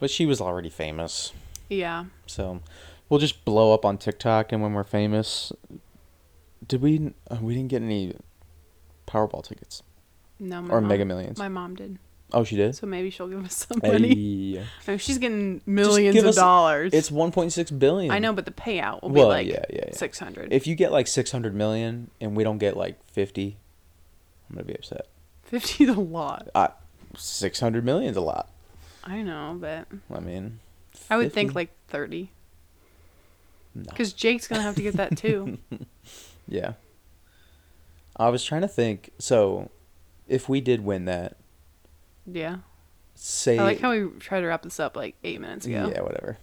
But she was already famous.
yeah,
So we'll just blow up on TikTok and when we're famous. Did we uh, we didn't get any Powerball tickets
no. My
or
mom,
Mega Millions.
My mom did,
oh, she did.
so maybe she'll give us some money.
Ay.
I mean, she's getting millions
give
of
us-
dollars.
It's 1.6 billion.
I know, but the payout will
Well,
be like
yeah, yeah, yeah.
six hundred.
If you get like 600 million and we don't get like 50, I'm going to be upset.
Fifty is a lot.
Uh, 600 million's a lot.
I know, but
I mean,
I would think
50?
like thirty.
No.
Because Jake's gonna have to get that too.
Yeah. I was trying to think. So, if we did win that,
yeah.
say
I like how we tried to wrap this up like eight minutes ago.
yeah, whatever.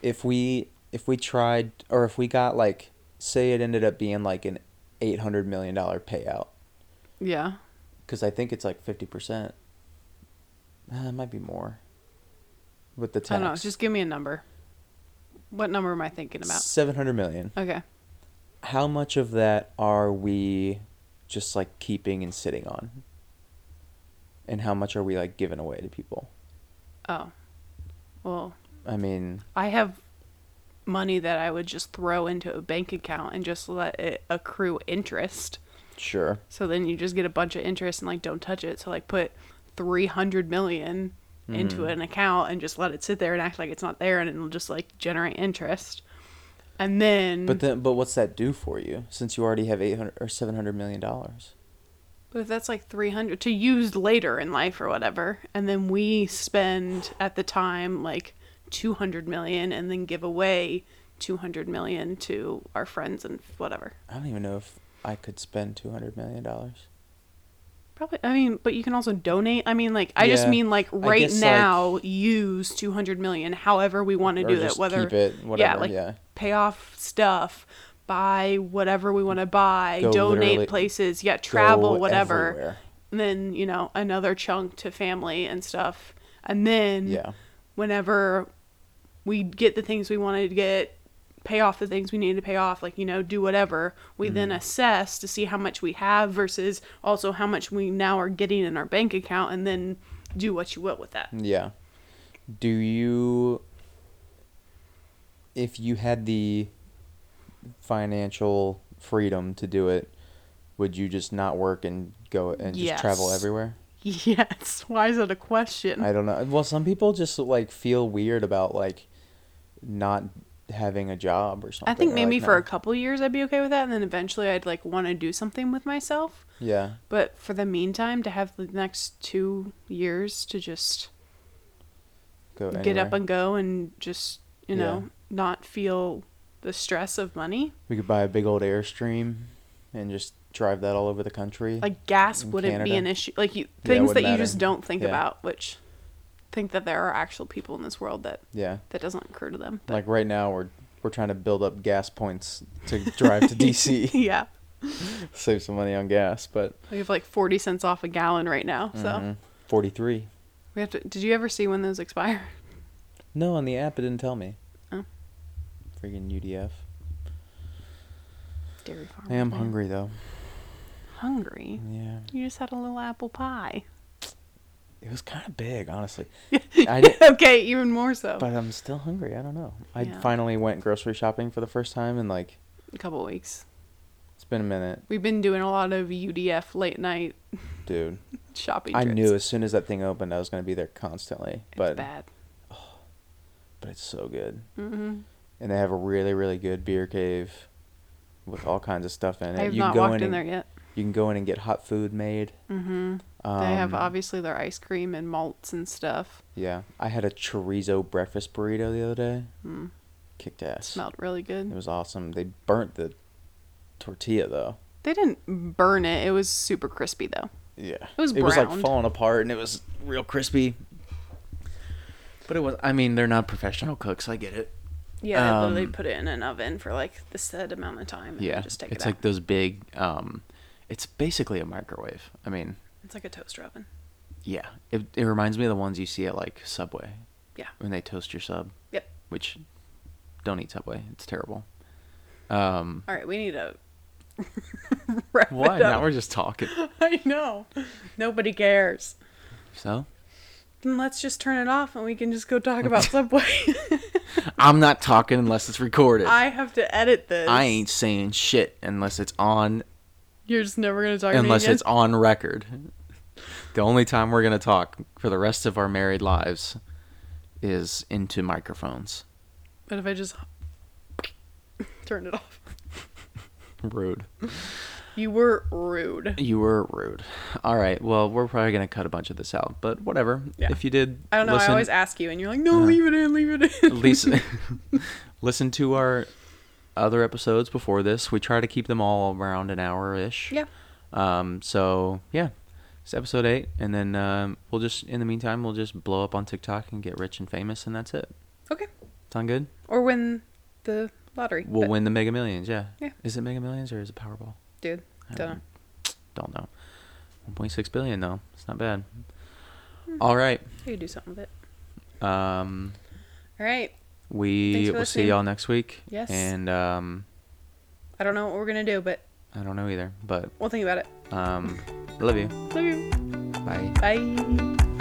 If we if we tried or if we got like say it ended up being like an eight hundred million dollar payout
Yeah.
because I think it's like fifty percent. Uh, it might be more. With the tax,
I don't know. Just give me a number. What number am I thinking about?
seven hundred million.
Okay.
How much of that are we just like keeping and sitting on? And how much are we like giving away to people?
Oh. Well,
I mean,
I have money that I would just throw into a bank account and just let it accrue interest.
Sure.
So then you just get a bunch of interest and like don't touch it. So like put 300 million into an account and just let it sit there and act like it's not there and it'll just like generate interest. And then
But then, but what's that do for you? Since you already have eight hundred or seven hundred million dollars.
But if that's like 300 to use later in life or whatever, and then we spend at the time like 200 million and then give away 200 million to our friends and whatever.
I don't even know if I could spend two hundred million dollars.
Probably. I mean, but you can also donate. I mean, like I just
Yeah.
mean like
I
right
guess, like-
now use 200 million however we want to
Or
do that
just
whether
keep it,
yeah,
whatever,
like
yeah.
pay off stuff, buy whatever we want to buy,
Go literally-
donate places, yeah, travel
Go
whatever.
everywhere.
And then, you know, another chunk to family and stuff. And then
Yeah.
whenever we get the things we want to get, pay off the things we need to pay off, like, you know, do whatever, we then
Mm-hmm.
assess to see how much we have versus also how much we now are getting in our bank account and then do what you will with that.
Yeah. Do you if you had the financial freedom to do it, would you just not work and go and just travel
Yes.
everywhere?
Yes. Why is that a question?
I don't know. Well, some people just like feel weird about like not having a job or something.
I think
They're like,
maybe for
"No."
a couple years I'd be okay with that, and then eventually I'd like want to do something with myself.
Yeah.
But for the meantime, to have the next two years to just
Go
get up
anywhere.
and go and just you
Yeah.
know not feel the stress of money,
We could buy a big old Airstream and just drive that all over the country.
like gas
In
wouldn't be
Canada?
an issue. Like you
Yeah, it
things that
wouldn't
you
matter.
just don't think
Yeah.
about, which think that there are actual people in this world that
yeah.
that doesn't occur to them. But
Like right now we're we're trying to build up gas points to drive to DC.
yeah,
save some money on gas, but
we have like forty cents off a gallon right now. So
Mhm. 43.
we have to. Did you ever see when those expire?
No, on the app it didn't tell me.
Oh.
Freaking UDF.
Dairy Farm.
I am
yeah.
hungry though.
Hungry.
Yeah.
You just had a little apple pie.
It was kind of big, honestly. I did,
okay, even more so.
but I'm still hungry. I don't know. I
Yeah.
finally went grocery shopping for the first time in like
a couple weeks.
it's been a minute,
We've been doing a lot of UDF late night
dude.
shopping.
I
trips.
knew as soon as that thing opened I was going to be there constantly,
it's
but
bad.
but it's so good.
Mm-hmm.
And they have a really really good beer cave with all kinds of stuff in it.
I have
you can
not
go
walked in,
in, and,
there yet.
You can go in and get hot food made.
Mm-hmm.
Um,
they have obviously their ice cream and malts and stuff.
Yeah, I had a chorizo breakfast burrito the other day.
Mm.
Kicked ass.
Smelled really
It
good.
was awesome. They burnt the tortilla though.
They didn't burn it. It was super crispy though.
Yeah.
It was
It was like
browned.
falling apart and it was real crispy. But it was. I mean, they're not professional cooks. I get it.
Yeah, they literally
Um,
put it in an oven for like the said amount of time. And
Yeah.
just take
It's
it out.
like those big. Um, it's basically a microwave. I mean,
it's like a toaster oven.
yeah. It it reminds me of the ones you see at like Subway
Yeah.
when they toast your sub,
Yep.
which don't eat Subway. It's terrible. Um.
All right, we need to wrap
Why?
it up.
Now we're just talking.
I know. Nobody cares.
So
Then let's just turn it off and we can just go talk about Subway.
I'm not talking unless it's recorded. I,
I have to edit this.
ain't saying shit unless it's on
You're just never gonna talk
unless
to me
it's on record. The only time we're gonna talk for the rest of our married lives is into microphones.
But if I just turn it off,
Rude.
you were rude.
You were rude. All right. Well, we're probably gonna cut a bunch of this out, but whatever.
Yeah.
If you did,
I don't know. I
listen- Uh-huh.
always ask you, and you're like, "No, leave it in, leave it
at
in."
least listen to our other episodes before this. We try to keep them all around an hour ish.
Yeah.
Um. So yeah, it's episode eight, and then um, we'll just in the meantime we'll just blow up on TikTok and get rich and famous, and that's it.
okay.
Sound good?
Or win the lottery.
We'll
But,
win the Mega Millions. Yeah.
Yeah.
Is it Mega Millions or is it Powerball?
dude.
I
Don't
don't
know.
Don't know. One point six billion though. It's not bad.
Hmm.
All right.
You could do something with it.
Um.
All right. Thanks
We
for
will see
listening.
y'all next week.
Yes.
And um,
I don't know what we're gonna do, but
I don't know either, but
we'll think about it.
um, love you.
Love you.
Bye.
Bye.